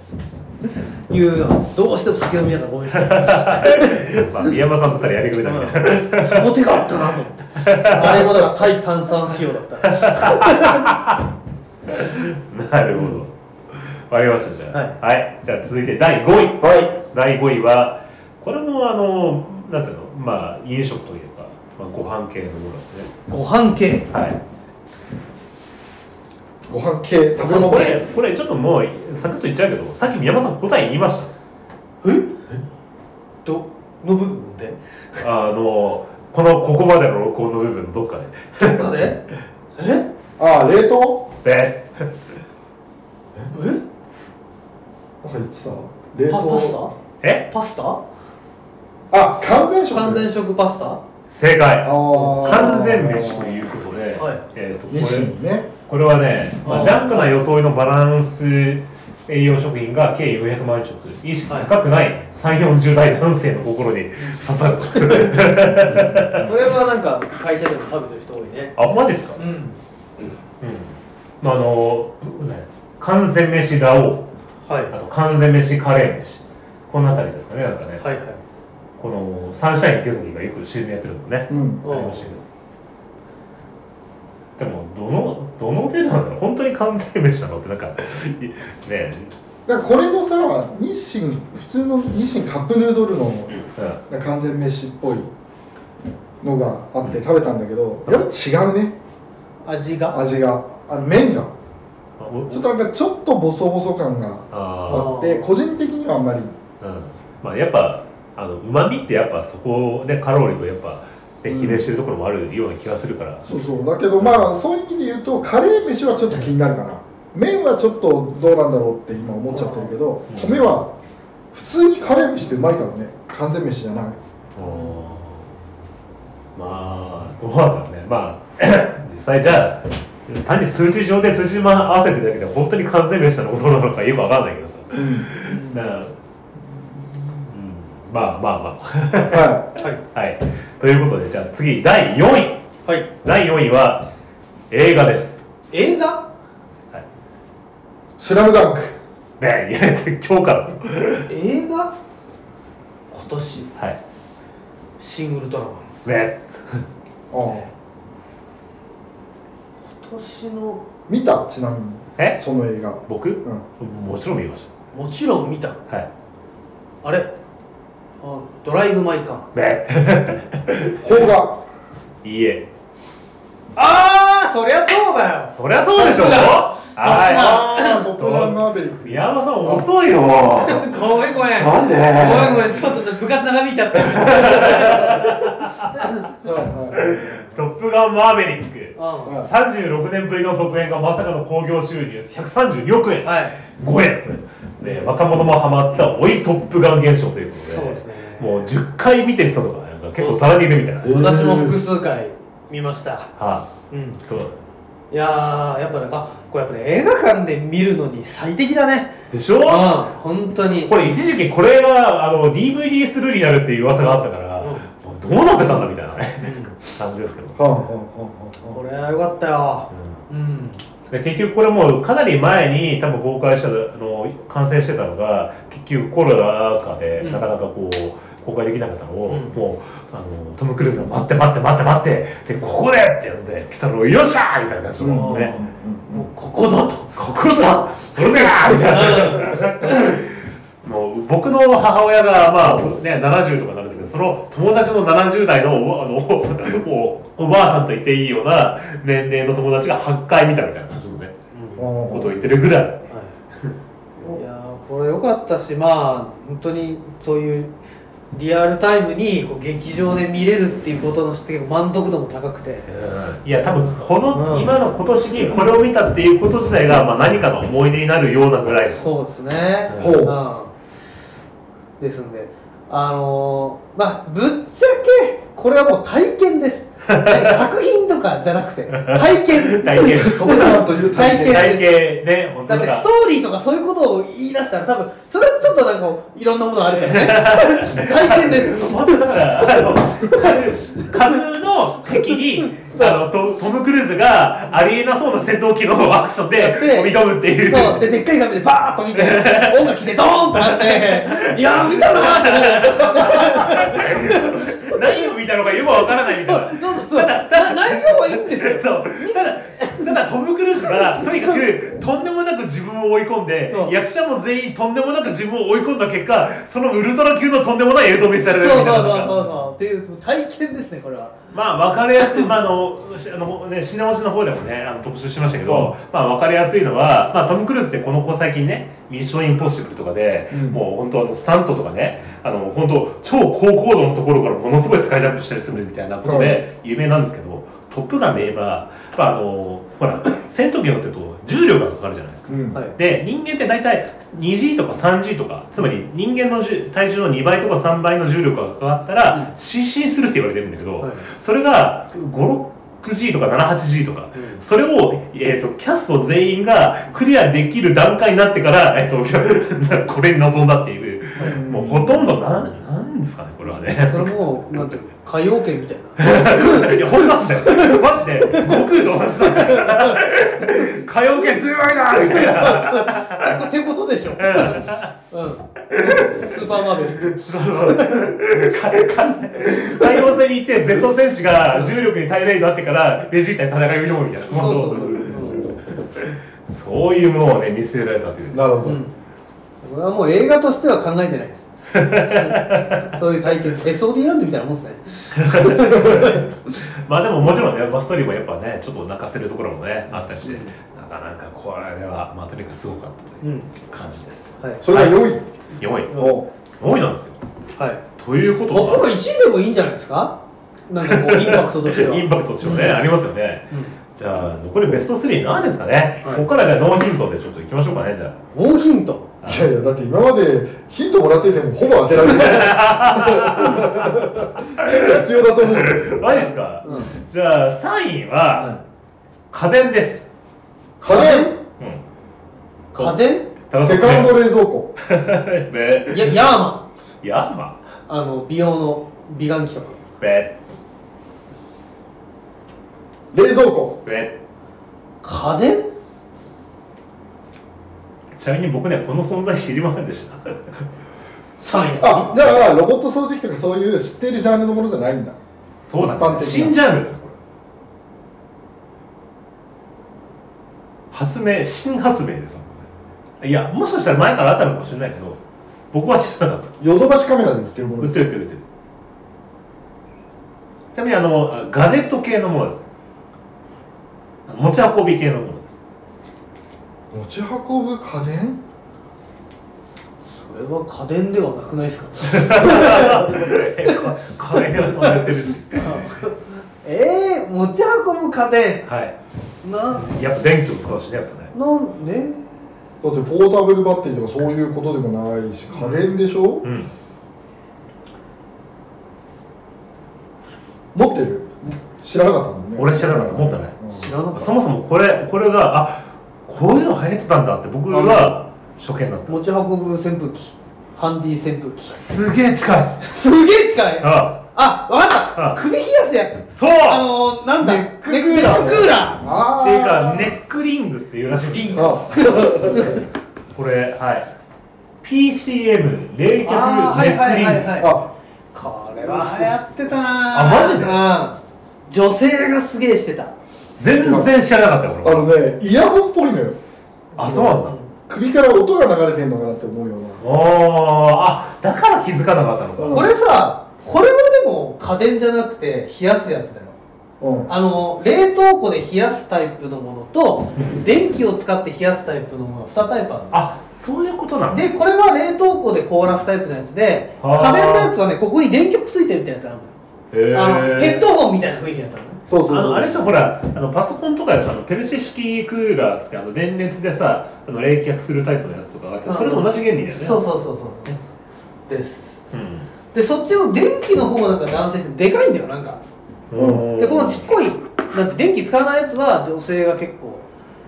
Speaker 2: いうのがどうしても酒飲みながらごめんなさい
Speaker 1: まあ宮山さんだ ったらやりくれないみたいな
Speaker 2: その手があったなと思ってあれもだから対炭酸仕様だったら
Speaker 1: なるほど。わかりました、じゃあ。はい。じゃあ続いて第5位。
Speaker 3: はい
Speaker 1: 第5位は、これもあの、なんていうの、まあ、飲食というか、まあ、ご飯系のものですね
Speaker 2: ご飯系
Speaker 1: はい
Speaker 3: ご飯系食べ物
Speaker 1: これこれちょっともうサクッと言っちゃうけどさっき宮本さん答え言いました
Speaker 2: どの部分で
Speaker 1: あのこのここまでの録音の部分のどっかで
Speaker 2: どっかでえ
Speaker 3: ああ冷凍
Speaker 1: で
Speaker 2: え
Speaker 3: なんか言ってた冷
Speaker 2: パパス
Speaker 3: 凍
Speaker 2: タ
Speaker 1: え
Speaker 2: パスタ
Speaker 3: あ完全食
Speaker 2: 完全食パスタ
Speaker 1: 正
Speaker 3: あ
Speaker 1: 解
Speaker 3: ー
Speaker 1: 完全飯ということで、
Speaker 2: はい
Speaker 1: えー、とこ
Speaker 3: 日
Speaker 1: れ
Speaker 3: 清ね
Speaker 1: これはね、ま
Speaker 2: あ
Speaker 1: あ、
Speaker 2: ー
Speaker 1: ジャンクな装いのバランス栄養食品が計400万食意識高くない3 4 0代男性の心に刺さると
Speaker 2: これはなんか会社でも食べてる人多いね
Speaker 1: あマジですか
Speaker 2: うん
Speaker 1: うん、あのね完全飯ラオウ
Speaker 2: はい
Speaker 1: あと完全飯カレー飯この辺りですかねなんかね、
Speaker 2: はいはい
Speaker 1: このサンシャイン池崎がよく CM やってるのね、
Speaker 3: うん
Speaker 1: ありましたけどでもどのどの程度なんだろう本当に完全飯なのってなんかねえ、
Speaker 3: だからこれのさ日清普通の日清カップヌードルの
Speaker 1: うん
Speaker 3: 完全飯っぽいのがあって食べたんだけどやっぱ違うね
Speaker 2: 味が
Speaker 3: 味があの麺が
Speaker 1: あお
Speaker 3: ちょっとなんかちょっとボソボソ感が
Speaker 1: あ
Speaker 3: あって
Speaker 2: あー
Speaker 3: 個人的にはあんまり
Speaker 1: あうんまあやっぱあのうまみってやっぱそこをねカロリーとやっぱね
Speaker 3: うん
Speaker 1: 比例してるところもあるような気がするから、
Speaker 3: そうそうだけどまあそういう意味で言うとカレー飯はちょっと気になるかな麺はちょっとどうなんだろうって今思っちゃってるけど
Speaker 1: うん
Speaker 3: 米は普通にカレー飯ってうまいからね完全飯じゃない
Speaker 1: まあどうなんだろうねまあ 実際じゃあ単に数値上で数字合わせてるだけで本当に完全飯なのことなのかよくわかんないけどさだからうんまあまあま
Speaker 3: は
Speaker 2: はい
Speaker 1: あはいということでじゃあ次第4位
Speaker 2: はい
Speaker 1: 第4位は映画です
Speaker 2: 映画
Speaker 3: い「スラムダンク
Speaker 1: ねいや今日から
Speaker 2: 映画今年
Speaker 1: はい
Speaker 2: シングルトラマン
Speaker 1: ね
Speaker 3: ああ
Speaker 2: 今年の
Speaker 3: 見たちなみに
Speaker 1: え
Speaker 3: その映画
Speaker 1: 僕
Speaker 3: うん
Speaker 1: もちろん見まし
Speaker 2: もちろん見た
Speaker 1: たはい
Speaker 2: あれあドライブ・マイ・カー
Speaker 1: ね
Speaker 3: 邦画
Speaker 1: いいえ
Speaker 2: ああそりゃそうだよ
Speaker 1: そりゃそうでしょ
Speaker 2: トップガン
Speaker 1: は
Speaker 3: ああトップガンマーベリッ
Speaker 1: い
Speaker 3: ク
Speaker 1: 宮山さん遅いよ
Speaker 2: ごめんごめん
Speaker 1: なんで
Speaker 2: ごめんごめんちょっと部活長引いちゃった
Speaker 3: はい
Speaker 1: トップガンマーベリック
Speaker 2: うん
Speaker 3: はい
Speaker 1: 36年ぶりの続編がまさかの興行収入132億円
Speaker 2: はい
Speaker 1: 超えで若者もハマった追いトップガン現象ということで
Speaker 2: そうですね
Speaker 1: もう10回見てる人とかなんか結構さらにいるみたいな、
Speaker 3: えー
Speaker 2: 私も複数回見ました
Speaker 1: は
Speaker 2: うん
Speaker 1: いどう
Speaker 2: いやーやっぱねあこれやっぱね映画館で見るのに最適だね
Speaker 1: でしょ
Speaker 2: うん本当に
Speaker 1: これ一時期これがあの DVD スルーになるっていう噂があったから、
Speaker 2: うん
Speaker 1: もうどうなってたんだみたいなね
Speaker 2: うん
Speaker 1: 感じですけど、
Speaker 3: はあはあはあは
Speaker 2: これはよかったようん
Speaker 1: で結局これもうかなり前に多分公開したあの完成してたのが結局コロナ禍で
Speaker 2: うん
Speaker 1: なかなかこう公開できなかったのを、
Speaker 2: うん
Speaker 1: もうあのトム・クルーズが「待って待って待って待って」で「ここで!」って呼んで「来たのよっしゃー!」みたいな感じ
Speaker 3: あ
Speaker 1: の
Speaker 2: うん
Speaker 1: ね
Speaker 3: うんうん
Speaker 2: もうここだと
Speaker 1: 「ここだ俺だ!」みたいな。 もう僕の母親が、まあね、70とかなんですけどその友達の70代のおばあのおおばあさんと言っていいような年齢の友達が8回見たみたいな感じのね
Speaker 2: は
Speaker 3: うん
Speaker 1: ことを言ってるぐらい
Speaker 2: いいやーこれよかったしまあ本当にそういうリアルタイムにこう劇場で見れるっていうことの結構満足度も高くて
Speaker 1: いや多分この、
Speaker 2: うん
Speaker 1: 今の今年にこれを見たっていうこと自体が、まあ、何かの思い出になるようなぐらいの
Speaker 2: そうですね
Speaker 1: うん
Speaker 3: ほう
Speaker 2: うんですんであのーまあぶっちゃけこれはもう体験です作品とかじゃなくて体験
Speaker 1: 体験
Speaker 3: トップガンという体験
Speaker 1: 体系ね本当
Speaker 2: だっ
Speaker 1: に
Speaker 2: て
Speaker 1: なん
Speaker 2: ス
Speaker 1: か
Speaker 2: トーリーとかそういうことを言い出したら多分それはちょっとなんかいろんなものあるからね体験です
Speaker 1: 本当だからあのカヌーの敵にあのトトム・クルーズがありえなそうな戦闘機のアクション
Speaker 2: や
Speaker 1: で
Speaker 2: って
Speaker 1: 飛び込むっていう
Speaker 2: そうででっかい画面でバーッと見て 音楽聴いてド ーンってなっていやー見たなーってなる
Speaker 1: 何を見みたいなのがよくわからないみたいな
Speaker 2: そうそうそうな内容はいいんです
Speaker 1: そう
Speaker 2: よ
Speaker 1: ただただトム・クルーズがとにかくとんでもなく自分を追い込んで
Speaker 2: そう
Speaker 1: 役者も全員とんでもなく自分を追い込んだ結果そのウルトラ級のとんでもない映像を見せ
Speaker 2: そ
Speaker 1: ら
Speaker 2: う
Speaker 1: れ
Speaker 2: そう
Speaker 1: るみ
Speaker 2: そ
Speaker 1: た
Speaker 2: う
Speaker 1: いな
Speaker 2: そうそうっていう体験ですねこれは
Speaker 1: まあ分かりやすい、まああのしあのね、品押しの方でもねあの特集しましたけど、まあ、分かりやすいのは、まあ、トム・クルーズってこの子最近ね「ミッション・インポッシブル」とかで、
Speaker 3: うん
Speaker 1: もう本当あのスタントとかねあの本当超高高度のところからものすごいスカイジャンプしたりするみたいなことで有名なんですけど「トップガン」で言えば、まあ、あのほら戦闘機乗ってると重量がかかるじゃないですか。
Speaker 3: うん
Speaker 2: はい
Speaker 1: で人間って大体 2G とか 3G とかつまり人間の重体重の2倍とか3倍の重力がかかったら、
Speaker 2: う
Speaker 1: 失神するって言われてるんだけど、
Speaker 2: はい
Speaker 1: それが 56G とか 78G とか、
Speaker 2: うん
Speaker 1: それを、えー、とキャスト全員がクリアできる段階になってから、えー、と これに臨んだっていう、
Speaker 3: うん
Speaker 1: もうほとんどなんなんですかねこれはね。
Speaker 2: それもなんていうの歌謡圏みたい ない
Speaker 1: や、本なんだよ。マジで、悟空と同じなんだ よ。 歌謡系10倍だみたいな。
Speaker 2: ってことでしょ、うん、スーパーマーベリック
Speaker 1: そうそうかか海王戦に行って Z 戦士が重力に耐えれるようになってからベジータに戦いを挑むみたいな
Speaker 2: そうそうそう、
Speaker 1: そういうものをね見せられたという
Speaker 3: なるほ
Speaker 2: うん、
Speaker 3: ど、
Speaker 2: これはもう映画としては考えてないです そういう体験 SOD ランドみたいなもんですね
Speaker 1: まあでももちろんねバストーリーもやっぱねちょっと泣かせるところもねあったりして、なかなかこれはまあとにかくすごかったと
Speaker 2: う
Speaker 1: いうん感じです、
Speaker 2: はい
Speaker 3: それが良い、
Speaker 1: 4位
Speaker 2: ん
Speaker 3: お
Speaker 1: 4位なんですよ
Speaker 2: はい
Speaker 1: ということ
Speaker 2: まあ、プ
Speaker 1: は
Speaker 2: ロ1位でもいいんじゃないですかなんかこうインパクトとしては
Speaker 1: インパクトとしてもね、ありますよね
Speaker 2: う
Speaker 1: じゃあ残りベスト3何ですかね、
Speaker 2: はい
Speaker 1: ここからじゃあノーヒントでちょっといきましょうかねじゃあ
Speaker 2: んノーヒント
Speaker 3: いやいやだって今までヒントもらっててもほぼ当てら れないヒント必要だと思うんだよ
Speaker 1: マジですか、
Speaker 2: うん
Speaker 1: じゃあ3位
Speaker 2: はい
Speaker 1: は家電です、
Speaker 3: 家電
Speaker 1: うん、
Speaker 2: 家電
Speaker 1: 高
Speaker 3: セ
Speaker 1: 田
Speaker 3: カ
Speaker 1: さ
Speaker 3: ン
Speaker 1: ん
Speaker 3: ド冷蔵庫
Speaker 1: ね
Speaker 2: いやヤーマ
Speaker 1: ヤーマ
Speaker 2: ンあの美容の美顔器とか
Speaker 1: べ
Speaker 3: 冷蔵庫
Speaker 1: べ
Speaker 2: 家電
Speaker 1: ちなみに僕ねこの存在知りませんでした
Speaker 2: 3位だ
Speaker 3: あじゃあロボット掃除機とかそういう知ってるジャンルのものじゃないんだ
Speaker 1: そうなんだ、
Speaker 3: 一般的な
Speaker 1: 新ジャンルだねこれ発明新発明ですもんねいやもしかしたら前からあったのかもしれないけど僕は知らなかった
Speaker 3: ヨドバシカメラで売ってるもの
Speaker 1: 売
Speaker 3: で
Speaker 1: っ
Speaker 3: す
Speaker 1: てる売ってる売ってるちなみにあのガジェット系のものです持ち運び系のもの です
Speaker 3: 持ち運ぶ家電
Speaker 2: それは家電ではなくないですか
Speaker 1: えかカレー屋さんやってるし
Speaker 2: えー、持ち運ぶ家電
Speaker 1: は
Speaker 2: ない
Speaker 1: やっぱ電気を使うしねやっぱね
Speaker 2: なんね
Speaker 3: だってポータブルバッテリーとかそういうことでもないし家電でしょ、
Speaker 1: うん
Speaker 3: 持ってる知らなかったもんね
Speaker 1: 俺知らなかった持ってない
Speaker 3: うん
Speaker 2: 知らなかった
Speaker 1: そもそもこれこれがあこういうの流行ってたんだって僕は初見だった
Speaker 2: 持ち運ぶ扇風機ハンディ扇風機
Speaker 1: すげえ近い
Speaker 2: すげえ近い
Speaker 1: あ
Speaker 2: あわか
Speaker 1: あ
Speaker 2: った首冷やすやつ
Speaker 1: そう
Speaker 2: あのー、なんだ
Speaker 3: ネッククーラー
Speaker 2: ネッククーラ
Speaker 3: あ
Speaker 1: っ
Speaker 3: あ
Speaker 1: ていうかネックリングっていうらしい
Speaker 2: リング
Speaker 3: あ
Speaker 1: これはい PCM 冷却ネックリング
Speaker 2: あーはいはいはいはいー
Speaker 3: あ
Speaker 2: これは流行ってたな
Speaker 1: あマジで
Speaker 2: ジでうん女性がすげえしてた
Speaker 1: 全然知らなかったよ
Speaker 3: あ
Speaker 1: 俺
Speaker 3: のねイヤホンっぽいのよ
Speaker 1: あそうなんだ
Speaker 3: 首から音が流れてんのかなって思うような
Speaker 1: おーあだから気づかなかったのか
Speaker 3: うん
Speaker 2: これさこれはでも家電じゃなくて冷やすやつだよ
Speaker 3: うん
Speaker 2: あの冷凍庫で冷やすタイプのものと電気を使って冷やすタイプのもの2タイプあるの
Speaker 1: あそういうことなんだ
Speaker 2: でこれは冷凍庫で凍らすタイプのやつで
Speaker 1: あー
Speaker 2: 家電のやつはねここに電極ついてるみたいなやつあるんだよ
Speaker 1: へー
Speaker 2: あのヘッドホンみたいな雰囲気のやつあるのね
Speaker 3: そうそうそう
Speaker 1: あのあれでしょほらあのパソコンとかでさあのペルシ式クーラーっつってあの電熱でさあの冷却するタイプのやつとかがあってそれと同じ原理だよね
Speaker 2: そうそうそうそうそうです
Speaker 1: うん、
Speaker 2: でそっちの電気の方もなんか男性してでかいんだよなんか
Speaker 3: う
Speaker 2: でこのちっこいなんて電気使わないやつは女性が結構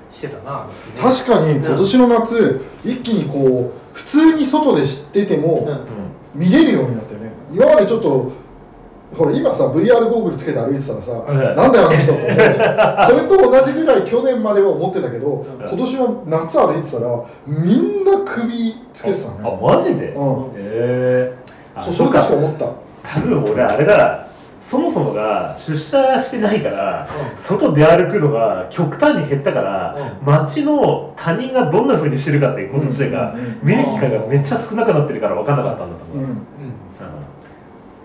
Speaker 2: してたな
Speaker 3: 確かに今年の夏、一気にこう普通に外で知ってても、
Speaker 2: うん
Speaker 3: 見れるようになったよね今までちょっとほら今さ VR ゴーグルつけて歩いてたらさ、
Speaker 1: ん
Speaker 3: なんだよあの人って思うじゃんそれと同じぐらい去年までは思ってたけど、
Speaker 2: ん
Speaker 3: 今年は夏歩いてたらみんな首つけてたね
Speaker 1: ああマジでへ
Speaker 3: うん
Speaker 1: え
Speaker 3: そうそれ確か思った
Speaker 1: 多分俺あれだそもそもが出社してないから外出歩くのが極端に減ったから、街の他人がどんなふうにしてるかっていうこと自体が、見る機会がめっちゃ少なくなってるから分かんなかったんだと思
Speaker 3: う
Speaker 1: う、うん
Speaker 3: ん、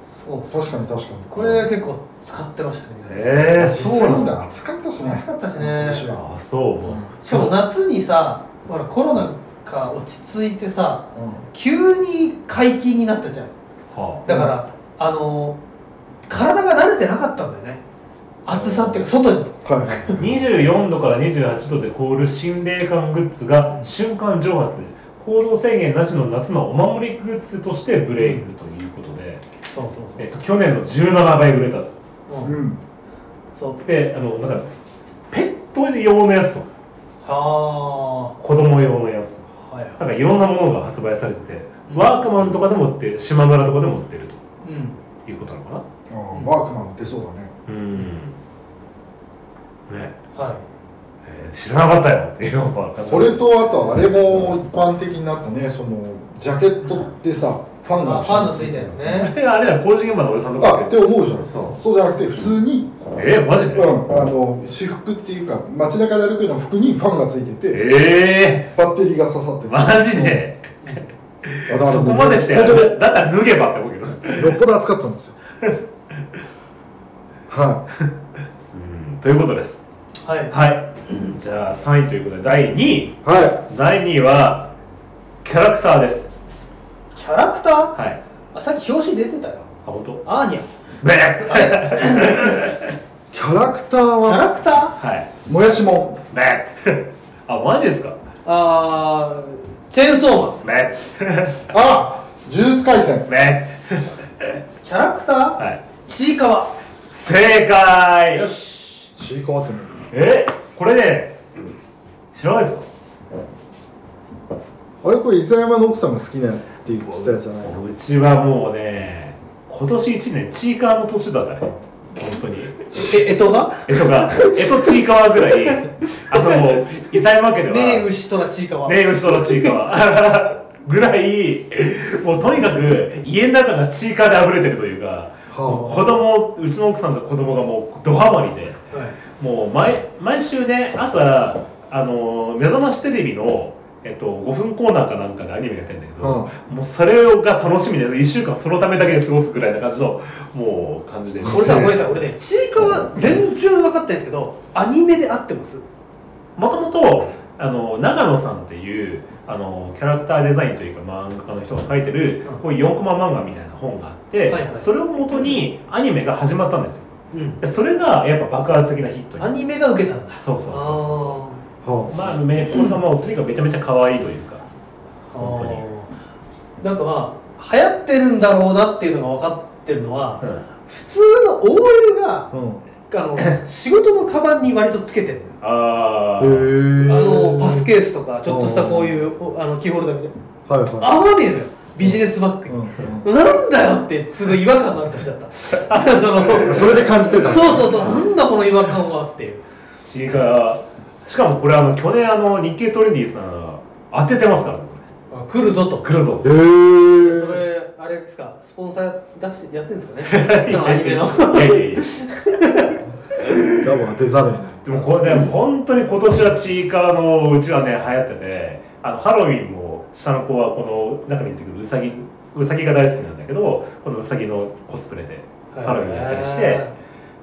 Speaker 2: そうそう
Speaker 3: 確かに確かに
Speaker 2: これ結構使ってましたね皆さん
Speaker 1: えー、
Speaker 3: 実
Speaker 1: そう
Speaker 3: 際
Speaker 1: な
Speaker 3: 問
Speaker 1: ん
Speaker 3: 題
Speaker 1: だ
Speaker 3: 暑かったしね
Speaker 2: 暑かったしね
Speaker 3: 今年は
Speaker 1: あそう、
Speaker 2: しかも夏にさほらコロナが落ち着いてさ
Speaker 3: う
Speaker 2: 急に解禁になったじゃん
Speaker 1: は
Speaker 2: だから、あの体が慣れてなかったんだよね暑さっていうか外に
Speaker 3: んはい
Speaker 1: あ、24度から28度で凍る心霊感グッズが瞬間蒸発行動制限なしの夏のお守りグッズとしてブレイクということで、
Speaker 2: そうそう
Speaker 1: えっと、去年の17倍売れたと
Speaker 2: そう、うん
Speaker 3: うん
Speaker 2: そう
Speaker 1: であのなんかペット用のやつと
Speaker 2: は
Speaker 1: 子供用のやつと
Speaker 2: あはい
Speaker 1: なん
Speaker 2: は
Speaker 1: かいろんなものが発売されててワークマンとかでも売って島村とかでも売ってる
Speaker 2: いうん
Speaker 1: ということなのか
Speaker 3: あーワークマン出そうだね
Speaker 1: なうんね
Speaker 2: は
Speaker 1: えー知らなかったよっていうのも感じ
Speaker 3: それとあとあれも一般的になったねそのジャケットってさファンが
Speaker 2: あファンのついたやつね
Speaker 1: それがあれだ工事現場のおじさんとか
Speaker 3: あって思うじゃん
Speaker 1: そう
Speaker 3: そうじゃなくて普通に、
Speaker 1: えー、マジで
Speaker 3: うん、あの私服っていうか街中で歩くような服にファンがついてて
Speaker 1: え
Speaker 3: バッテリーが刺さって
Speaker 1: ー、
Speaker 3: る
Speaker 1: マジで
Speaker 3: あだから
Speaker 1: そこまでしてや
Speaker 3: 本当
Speaker 1: るだったら脱げばって思うけど
Speaker 3: によっぽど暑かったんですよはい
Speaker 1: うんということです
Speaker 2: いはい
Speaker 1: はいじゃあ3位ということで第2位
Speaker 3: は
Speaker 1: 第2位はキャラクターです
Speaker 2: キャラクター
Speaker 1: はい
Speaker 2: あさっき表紙出てたよ
Speaker 1: あ本当
Speaker 2: アーニャ
Speaker 1: ね
Speaker 2: あれ
Speaker 3: いキャラクタ
Speaker 2: キ
Speaker 3: ー
Speaker 2: ャラ
Speaker 3: は
Speaker 2: クター
Speaker 1: はい
Speaker 3: もやしもん
Speaker 1: ねあマジですか
Speaker 2: あーチェーンソーマン
Speaker 1: ね
Speaker 3: あ呪術廻戦
Speaker 1: ね
Speaker 2: キャラクター
Speaker 1: はい
Speaker 2: ちいかわ
Speaker 1: 正解
Speaker 2: よし
Speaker 3: ちいかわってね
Speaker 1: えこれね知らないですか
Speaker 3: あれこれ伊沢山の奥さんが好きなって言ってたやつじゃないう
Speaker 1: ちはもうね今年1年チーカーの年だったね本当に
Speaker 2: ええとが
Speaker 1: えとかえとちいかわぐらいあのもう伊佐山家では
Speaker 2: ねえ牛とらちいかわ
Speaker 1: ねえうちとのちいかわぐらいもうとにかく家の中がちいかわで溢れてるというか、
Speaker 3: あ
Speaker 1: もう子供うちの奥さんと子供がもうドハマりで
Speaker 2: はい
Speaker 1: もう毎毎週ね朝あのー目覚ましテレビのえっと、5分コーナーかなんかでアニメやってんだけど、もうそれが楽しみで1週間そのためだけで過ごすぐらいな感じのもう感じで
Speaker 2: 俺さ、ごめんな
Speaker 1: さ
Speaker 2: さい、俺ね、ちいかわ全然分かってないんですけど、アニメで合ってます。
Speaker 1: もともとあの長野さんっていうあのキャラクターデザインというか漫画家の人が書いてる
Speaker 2: うん
Speaker 1: こういう4コマ漫画みたいな本があって、
Speaker 2: はいはい
Speaker 1: それを元にアニメが始まったんですよ
Speaker 2: うん。
Speaker 1: でそれがやっぱ爆発的なヒットに
Speaker 2: アニメが受けたんだ。
Speaker 1: そうそうそうそ
Speaker 3: は
Speaker 1: うまあめこれがもうとにかくめちゃめちゃ可愛いというか
Speaker 2: あー
Speaker 1: 本当に
Speaker 2: あーなんかまあ、流行ってるんだろうなっていうのが分かってるのは、
Speaker 1: うん
Speaker 2: 普通の OL が
Speaker 3: あ、うん、
Speaker 2: あ の仕事のカバンに割とつけてるのよ。
Speaker 1: ああ
Speaker 2: あのパス
Speaker 3: ー
Speaker 2: ケースとか、ちょっとしたこういうおあのキーホルダーみたい
Speaker 3: はいはい
Speaker 2: な。合わねえのよ、ビジネスバッグに。なんだよってすごい違和感のある年だった。その
Speaker 3: それで感じてた
Speaker 2: そうそうそう、なんだこの違和感はってい
Speaker 1: 違
Speaker 2: う。
Speaker 1: うしかもこれあの去年あの日経トレンディさん当ててますからねこ
Speaker 2: あ来るぞと
Speaker 1: れ。来るぞ
Speaker 3: へ
Speaker 2: そ
Speaker 3: え
Speaker 2: れあれですかスポンサー出してやってんですかねそのアニメの
Speaker 1: いやいやいや
Speaker 3: ガボ当てざるを得ない
Speaker 1: でもこれね、本当に今年はちいかわのうちはね、流行ってて、あのハロウィンも下の子はこの中に出てくるうさぎ、うさぎが大好きなんだけど、このうさぎのコスプレでハロウィンやったりして、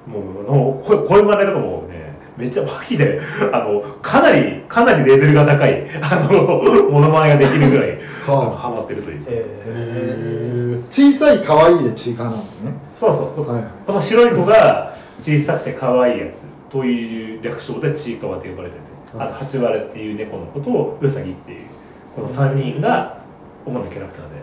Speaker 1: もうのこ声真似とかもね、めっちゃバキで、あのかなりかなりレベルが高いあの モノマネができるぐらいあの
Speaker 3: は
Speaker 1: ハマってるという。
Speaker 2: へ
Speaker 3: え小さい可愛いでチーカーなんですね
Speaker 1: そうそう。
Speaker 3: はいはい
Speaker 1: この白い子が小さくて可愛いやつという略称でちいかわって呼ばれてて、
Speaker 3: は
Speaker 1: あ
Speaker 3: い
Speaker 1: とハチワレっていう猫のことをウサギっていうこの3人が主なキャラクターで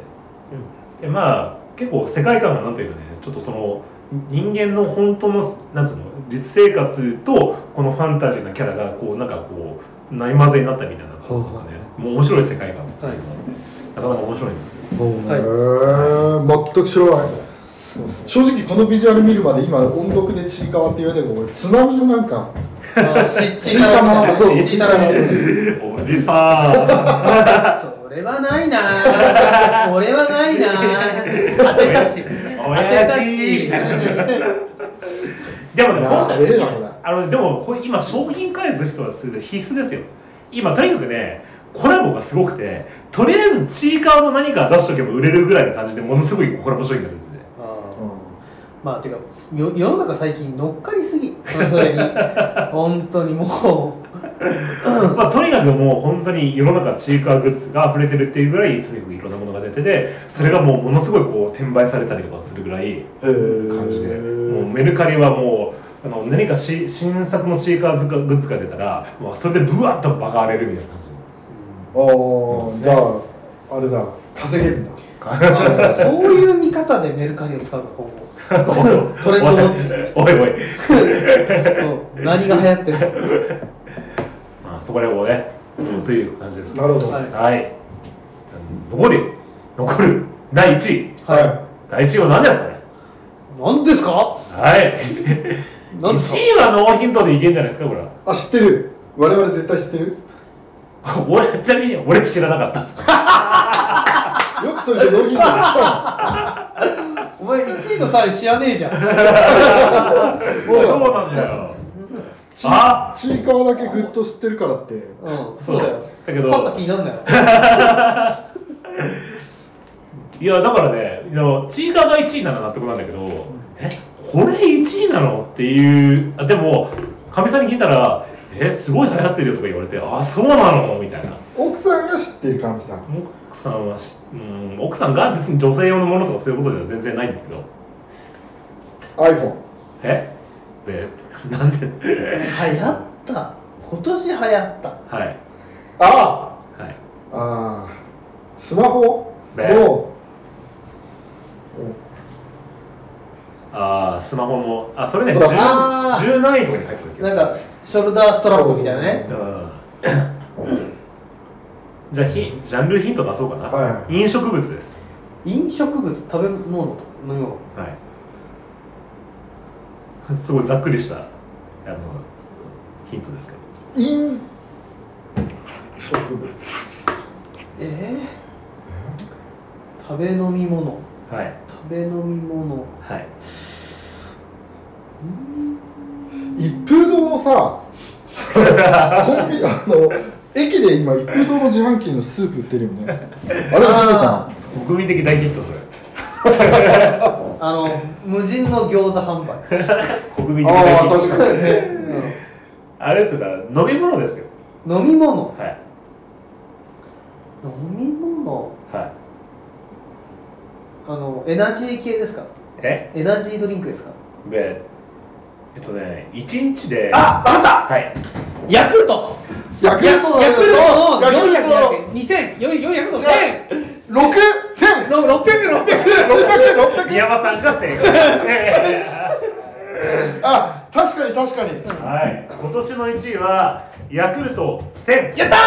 Speaker 1: でまあ結構世界観がなんというかねちょっとその人間の本当のなんつうの実生活とこのファンタジーなキャラがこうなんかこうないまぜになったみたいな
Speaker 3: ほうほう
Speaker 1: のがねもう面白い世界観っていうのがあってなかなか面白いんですよ
Speaker 2: はい
Speaker 3: へえ全く知らない
Speaker 2: そうそう
Speaker 3: 正直このビジュアル見るまで今音読でチーカーって言われたけど俺津波のなんか
Speaker 2: あちち
Speaker 3: チーカー
Speaker 2: た
Speaker 3: も
Speaker 2: ら
Speaker 3: のそうチーカーもの
Speaker 1: おじさ
Speaker 2: それはないなそれはないな当てたし
Speaker 1: ん
Speaker 2: 親父
Speaker 1: みたいな感じでも
Speaker 3: い
Speaker 1: ね、
Speaker 3: や
Speaker 1: 本当
Speaker 3: ー
Speaker 1: に
Speaker 3: やべえなこれ
Speaker 1: あのでもこれ今商品開発する人はする必須ですよ。今とにかくね、コラボがすごくて、とりあえずチーカーの何か出しとけば売れるぐらいの感じでものすごいコラボ商品が出てて。
Speaker 2: うん
Speaker 3: う
Speaker 2: まあていうかよ世の中最近乗っかりすぎそれぞれに 本当にも
Speaker 1: まあ、とにかくもう本当に世の中チーカーグッズが溢れてるっていうぐらいとにかくいろんなものが出ててそれがもうものすごいこう転売されたりとかするぐらい
Speaker 3: んへえ
Speaker 1: 感じでもうメルカリはもうあの何かし新作のチーカーズがグッズが出たら、まあ、それでブワッとバカ荒れるみたいな感じ
Speaker 3: ああじゃああれだ稼げるんだ
Speaker 2: うそういう見方でメルカリを使う の今後トレンドウォッチ
Speaker 1: おいおいおい、
Speaker 2: そう何が流行ってるの
Speaker 1: まあ、そこら辺をね、という感じです
Speaker 3: なるほど
Speaker 2: は
Speaker 3: はいい、
Speaker 1: はい残る残る第1位第1位は何ですかね
Speaker 2: 何ですか
Speaker 1: はい1
Speaker 2: 何ですか
Speaker 1: 位はノーヒントでいけんじゃないですかこれは
Speaker 3: あ知ってる我々絶対知ってる
Speaker 1: 俺ちなみに俺知らなかった
Speaker 3: よくそれでノーヒントで来た
Speaker 2: お前1位と3位知らねえじゃん
Speaker 3: もう
Speaker 1: そうなんだよ あ
Speaker 3: チーカーだけグッと知ってるからって
Speaker 2: うん
Speaker 1: そ
Speaker 2: そううだよ
Speaker 1: だけど
Speaker 2: 勝った気になんだよ
Speaker 1: いやだからねでもチーカーが1位なら納得なんだけど、えこれ1位なのっていうあでもかみさんに聞いたら「えすごい流行ってるよ」とか言われて「あそうなの?」みたいな
Speaker 3: 奥さんが知ってる感じだ
Speaker 1: 奥さんはしうん奥さんが別に女性用のものとかそういうことでは全然ないんだけど
Speaker 3: iPhone
Speaker 1: ええなんで
Speaker 2: 流行った今年流行った
Speaker 1: はい
Speaker 3: あ
Speaker 1: はい
Speaker 3: あああスマホ
Speaker 1: ね
Speaker 3: の
Speaker 1: ああスマホのあそれね
Speaker 3: そ
Speaker 1: 十
Speaker 3: うだ
Speaker 2: あー
Speaker 1: 何位とかに入ってるけど
Speaker 2: なんかショルダーストラップみたいなね
Speaker 1: うんじゃあひジャンルヒント出そうかな、
Speaker 3: は
Speaker 1: 飲食物です
Speaker 2: 飲食物食べ物と飲み物
Speaker 1: はいすごいざっ くりしたあのヒントですけど
Speaker 3: 飲食物
Speaker 2: えー、食べ飲み物
Speaker 1: はい
Speaker 2: 食べ飲み物
Speaker 1: はい
Speaker 3: 一風堂のさコンビあの駅で今一風堂の自販機のスープ売ってるよねあれ食べた
Speaker 2: あ
Speaker 1: 国民的大ヒントそれ
Speaker 2: あの無人の餃子販 売
Speaker 1: 国民的大ヒ
Speaker 3: ああ
Speaker 1: ント
Speaker 3: 確かに
Speaker 1: あれですよだから飲み物ですよ
Speaker 2: うん飲み物
Speaker 1: はい
Speaker 2: 飲み物
Speaker 1: はい
Speaker 2: あのエナジー系ですか
Speaker 1: え
Speaker 2: エナジードリンクですか
Speaker 1: でえっとね1日で
Speaker 2: あ分かった
Speaker 1: はい
Speaker 2: ヤクルト
Speaker 3: ヤクルトだ
Speaker 2: ヤクルトの
Speaker 3: ヤクル
Speaker 2: 400
Speaker 3: ト
Speaker 2: じゃな
Speaker 3: の
Speaker 2: くて2000 400の1000
Speaker 3: 6 0 0 0
Speaker 2: 600
Speaker 3: 600 600
Speaker 1: 宮山さんが正解
Speaker 3: あ確かに確かに
Speaker 1: はい今年の1位はヤクルト1000
Speaker 2: やった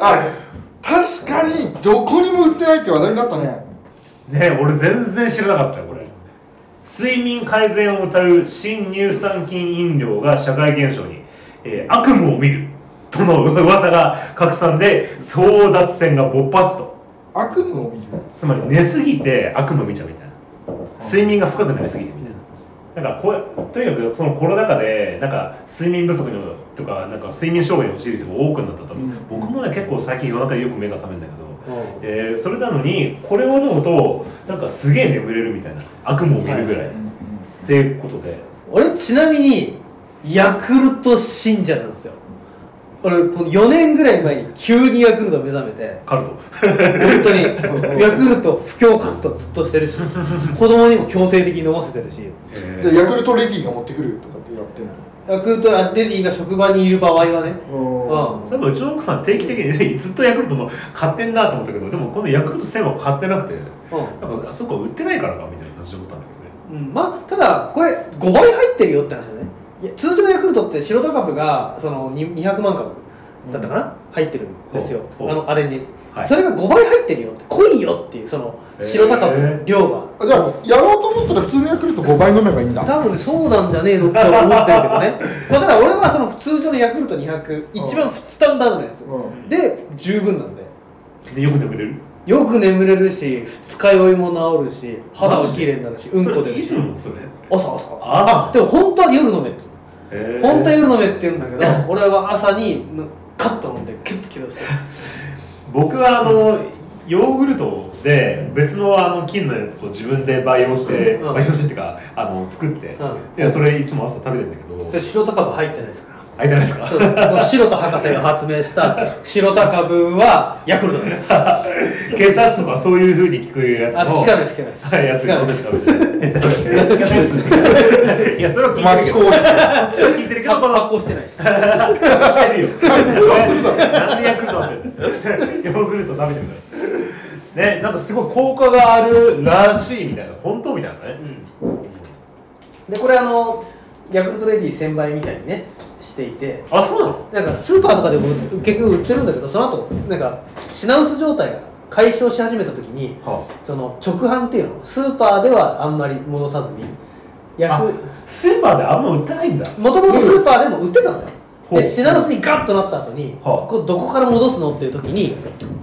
Speaker 3: あ確かにどこにも売ってないって話題になったね
Speaker 1: ね俺全然知らなかったよこれ睡眠改善を謳う新乳酸菌飲料が社会現象に、えー悪夢を見るとの噂が拡散で争奪戦が勃発と
Speaker 3: 悪夢を見る
Speaker 1: つまり寝すぎて悪夢見ちゃうみたいな睡眠が深くなりすぎてみたいななんかこうとにかくそのコロナ禍でなんか睡眠不足のとかなんか睡眠障害に陥る人が多くなったと、
Speaker 3: うん
Speaker 1: 僕もね結構最近夜中によく目が覚めるんだけど、えーそれなのにこれを飲むとなんかすげえ眠れるみたいな悪夢を見るぐらい、っていうことで
Speaker 2: 俺ちなみにヤクルト信者なんですよ俺この4年ぐらい前に急にヤクルト目覚めて
Speaker 1: カルト
Speaker 2: 本 当にヤクルト布教活動ずっとしてるし子供にも強制的に飲ませてるし
Speaker 3: じゃあヤクルトレディーが持ってくるとかってやってんの
Speaker 2: ヤクルトレディが職場にいる場合はね
Speaker 3: うん
Speaker 1: そういえばうちの奥さん定期的に、ね、 ずっとヤクルトの買ってんなと思ったけどでもこのヤクルト1000は買ってなくて
Speaker 2: う
Speaker 1: なんかあそこは売ってないからかみたいな感じで思ったんだけどね
Speaker 2: ん、うん、まあただこれ5倍入ってるよって話だねいや通常のヤクルトって白田株がそのに200万株だったかな、入ってるんですよあ
Speaker 1: ほうほう
Speaker 2: のあれに、
Speaker 1: はい
Speaker 2: それが5倍入ってるよって濃いよっていうその白田株の量が、
Speaker 3: あじゃあやろうと思ったら普通のヤクルト5倍飲めばいいんだ
Speaker 2: 多分ねそうなんじゃねえのって俺思ってるけ どねまあただ俺はその普通常のヤクルト200一番スタンダードなやつ
Speaker 3: うん
Speaker 2: で十分なんで
Speaker 1: でよく眠れる
Speaker 2: よく眠れるし二日酔いも治るし肌
Speaker 1: マ
Speaker 2: は
Speaker 1: ジで
Speaker 2: 綺麗になるしうんこ出
Speaker 1: それ
Speaker 2: る
Speaker 1: い
Speaker 2: し
Speaker 1: つもそれ
Speaker 2: 朝朝
Speaker 1: 朝
Speaker 2: あでも本当は夜飲めっつうの
Speaker 1: えー
Speaker 2: 本当は夜飲めって言うんだけど俺は朝にカッと飲んでキュッと起動して
Speaker 1: 僕はあのヨーグルトで別のあの菌のやつを自分で培養して、
Speaker 2: うん
Speaker 1: 培養してっていうかあの作って、
Speaker 2: うん
Speaker 1: いやそれいつも朝食べてんだけど
Speaker 2: それ白タカブ入ってないですから
Speaker 1: あれじゃない ですか
Speaker 2: そうですこの白田博士が発明した白田株はヤクルトです
Speaker 1: 血圧とかそういうふうに効くや
Speaker 2: あ
Speaker 1: つを
Speaker 2: 聞かないです聞かないです
Speaker 1: はいやつがどうですかみたい ないやそれを聞い
Speaker 3: 巻
Speaker 1: て る
Speaker 3: き
Speaker 1: け
Speaker 3: 込
Speaker 1: ど
Speaker 3: む
Speaker 1: それを聞いてるけ
Speaker 2: カ
Speaker 1: ど
Speaker 2: ッパ発行してないです
Speaker 1: して るよ
Speaker 3: 忘れ
Speaker 1: なんでヤクルト なんだよヨーグルト食べてるからねなんかすごい効果があるらしいみたいな本当みたいなね
Speaker 2: でこれあのヤクルトレディ1000倍みたいにねしていて
Speaker 1: あそうなの
Speaker 2: なんかスーパーとかでも結局売ってるんだけどその後なんか品薄状態が解消し始めた時に
Speaker 1: は
Speaker 2: その直販っていうのスーパーではあんまり戻さずにヤク
Speaker 1: スーパーであんま売ってないんだ
Speaker 2: もともとスーパーでも売ってたんだよ
Speaker 1: ほう
Speaker 2: で品薄にガッとなった後に
Speaker 1: はあ
Speaker 2: こうどこから戻すのっていう時に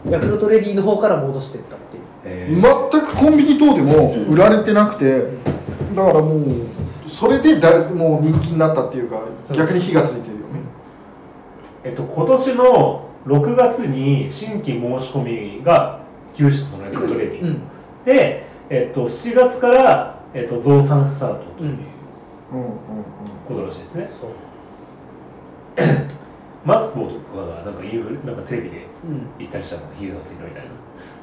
Speaker 2: ヤクルトレディの方から戻してったっていう
Speaker 3: 全くコンビニ等でも売られてなくてだからもうそれでだもう人気になったっていうか逆に火がついてるよね
Speaker 1: えっと今年の6月に新規申し込みが休止となるトレーディング、
Speaker 2: うん
Speaker 1: で、えっと7月から、えっと増産スタートという
Speaker 3: うんうん
Speaker 1: ことらしいですね、
Speaker 2: そう
Speaker 1: マツコとかがなんかインフルなんかテレビで
Speaker 2: うん
Speaker 1: 行ったりしたのが火がついたみたいな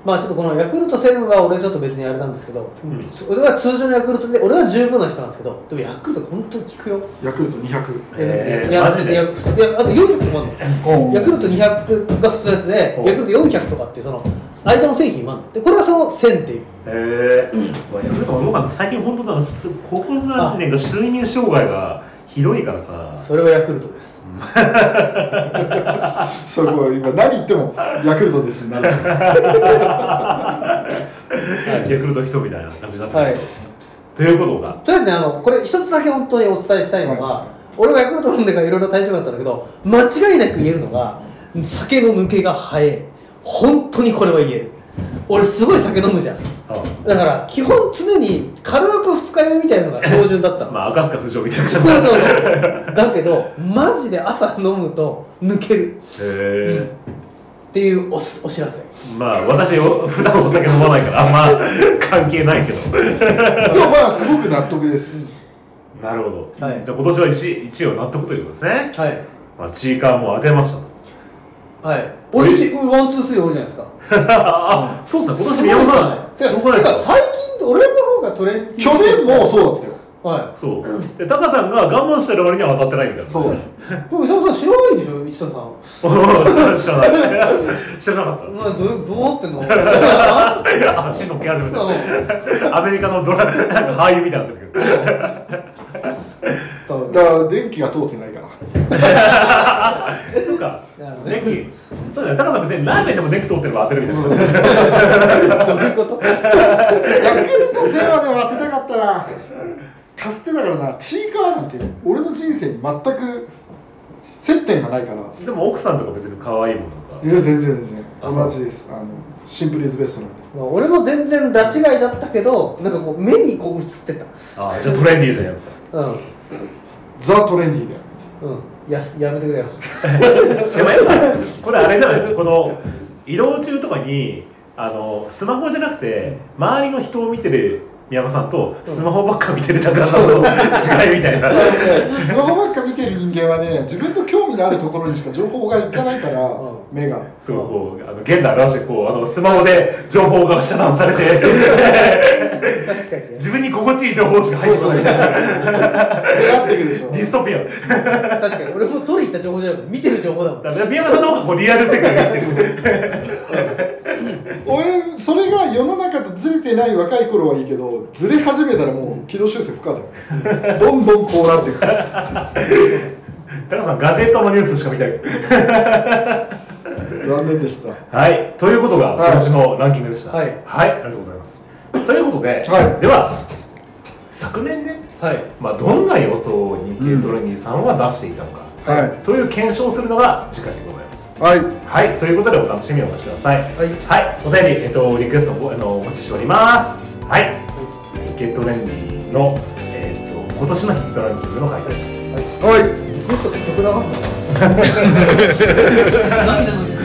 Speaker 2: まあちょっとこのヤクルト7は俺ちょっと別にあれなんですけど、
Speaker 1: うん
Speaker 2: 俺は通常のヤクルトで俺は十分な人なんですけどでもヤクルト本当に効くよ
Speaker 3: ヤクルト200
Speaker 1: へー
Speaker 2: いや
Speaker 1: マジで
Speaker 2: いや普通いやあと400とかある
Speaker 3: うんう
Speaker 2: の
Speaker 3: ん
Speaker 2: ヤクルト200が普通ですね
Speaker 1: ほう
Speaker 2: ヤクルト400とかっていうその間の製品もあるのでこれはその1000っていう
Speaker 1: へえ、まあ、ヤクルトもどうかな最近本当だすここ何年か睡眠障害がひどいからさ
Speaker 2: それはヤクルトです
Speaker 3: それこう今何言ってもヤクルトですになる
Speaker 1: ヤクルト人みたいな感じになって
Speaker 2: はい
Speaker 1: るということが
Speaker 2: とりあえずねあのこれ一つだけ本当にお伝えしたいのが、
Speaker 3: はい
Speaker 2: 俺はヤクルト飲んでからいろいろ大丈夫だったんだけど間違いなく言えるのが酒の抜けが早い本当にこれは言える俺すごい酒飲むじゃん
Speaker 1: あ
Speaker 2: だから基本常に軽く二日酔いみたいなのが標準だ ったの、
Speaker 1: まあ赤塚不条みたいな
Speaker 2: そ
Speaker 1: 感
Speaker 2: う
Speaker 1: じ
Speaker 2: そうそうだけどマジで朝飲むと抜ける
Speaker 1: へえ
Speaker 2: っていうおすお知らせ
Speaker 1: まあ私お普段お酒飲まないからあんま関係ないけど
Speaker 3: いやまあすごく納得です
Speaker 1: なるほど、
Speaker 2: はい
Speaker 1: じゃあ今年は 1, 位を納得ということですね、
Speaker 2: はい
Speaker 1: まあ、チーカーも当てましたと
Speaker 2: はい俺一俺ワンツースリー俺じゃないですか
Speaker 1: あ、 そうですね今年宮本さん
Speaker 2: す
Speaker 1: す
Speaker 2: ご
Speaker 1: ご
Speaker 2: い
Speaker 1: くないで
Speaker 2: ですねてか
Speaker 1: すか
Speaker 2: 最近俺の方がトレンディー
Speaker 3: 去年もそうだっ
Speaker 2: は
Speaker 1: そうでタカさんが我慢してる割には当たってないみたいな
Speaker 3: たよそう
Speaker 2: いでも伊沢さん知らないでしょ市田さん
Speaker 1: おー知らない知らない知らなかっ
Speaker 2: まあどうどうなってんのあ
Speaker 1: た足のけ始めたアメリカのドラなんか俳優みたいになってるけど
Speaker 2: 多分
Speaker 3: だから電気が通ってないから
Speaker 1: えそうか
Speaker 2: なるほど
Speaker 1: 電気そうだねタカさん別に何年でもネク通ってれば当てるみたいな
Speaker 2: どういうこと
Speaker 3: ヤクルト1000はでも当てたかったなかすってだからなチーカーなんて俺の人生に全く接点がないからい
Speaker 1: でも奥さんとか別に可愛いものとか
Speaker 3: や全然全然
Speaker 1: あそう
Speaker 3: 同じですあのシンプルイズベストなんで
Speaker 2: まあ俺も全然拉致外だったけどなんかこう目にこう映ってた
Speaker 1: あーじゃあトレンディーじゃんやっぱ
Speaker 2: うん
Speaker 3: ザ・トレンディーだよ
Speaker 2: うんやすやめてくれよ
Speaker 1: でもやっぱこれあれじゃないこの移動中とかにあのスマホじゃなくて周りの人を見てる宮本さんとスマホばっか見てる高田さんの違いみたいな
Speaker 3: スマホばっか見てる人間はね自分の興味のあるところにしか情報がいかないから
Speaker 2: うん
Speaker 3: 目が
Speaker 1: すごいこうあの現代表してこうあのスマホで情報が遮断され て
Speaker 2: 確かにね
Speaker 1: 自分に心地いい情報しか入
Speaker 3: そ
Speaker 1: ってこな
Speaker 3: うそう
Speaker 1: い
Speaker 3: 出
Speaker 1: デ
Speaker 3: 会ってくるでしょ
Speaker 1: ィ ストピアン
Speaker 2: 確かに俺も取りに行った情報じゃなくて見てる情報だもん
Speaker 1: だから宮本さんの方がこうリアル世界が生きてる
Speaker 3: 俺それが世の中とずれてない若い頃はいいけどずれ始めたらもう軌道修正不可だよどんどんこうなっていくから
Speaker 1: 高田さんガジェットのニュースしか見てない
Speaker 3: 残念でしたは
Speaker 1: はい、ということが
Speaker 3: はい
Speaker 1: 今年のランキングでした。
Speaker 2: はい
Speaker 1: ありがとうございます。ということで、
Speaker 3: はい
Speaker 1: では昨年ね、
Speaker 2: はい
Speaker 1: まあどんな予想を日経トレニーさんは出していたのか、
Speaker 3: い
Speaker 1: という検証をするのが次回でございます。
Speaker 3: はい
Speaker 1: はい、ということでお楽しみにお待ちください。
Speaker 2: はい
Speaker 1: はい、お便り、えっと、リクエストもあのお待ちしております。はい、ゲットレンディの、えっと、今年のヒットランキングの回答者。
Speaker 3: はい
Speaker 2: 涙の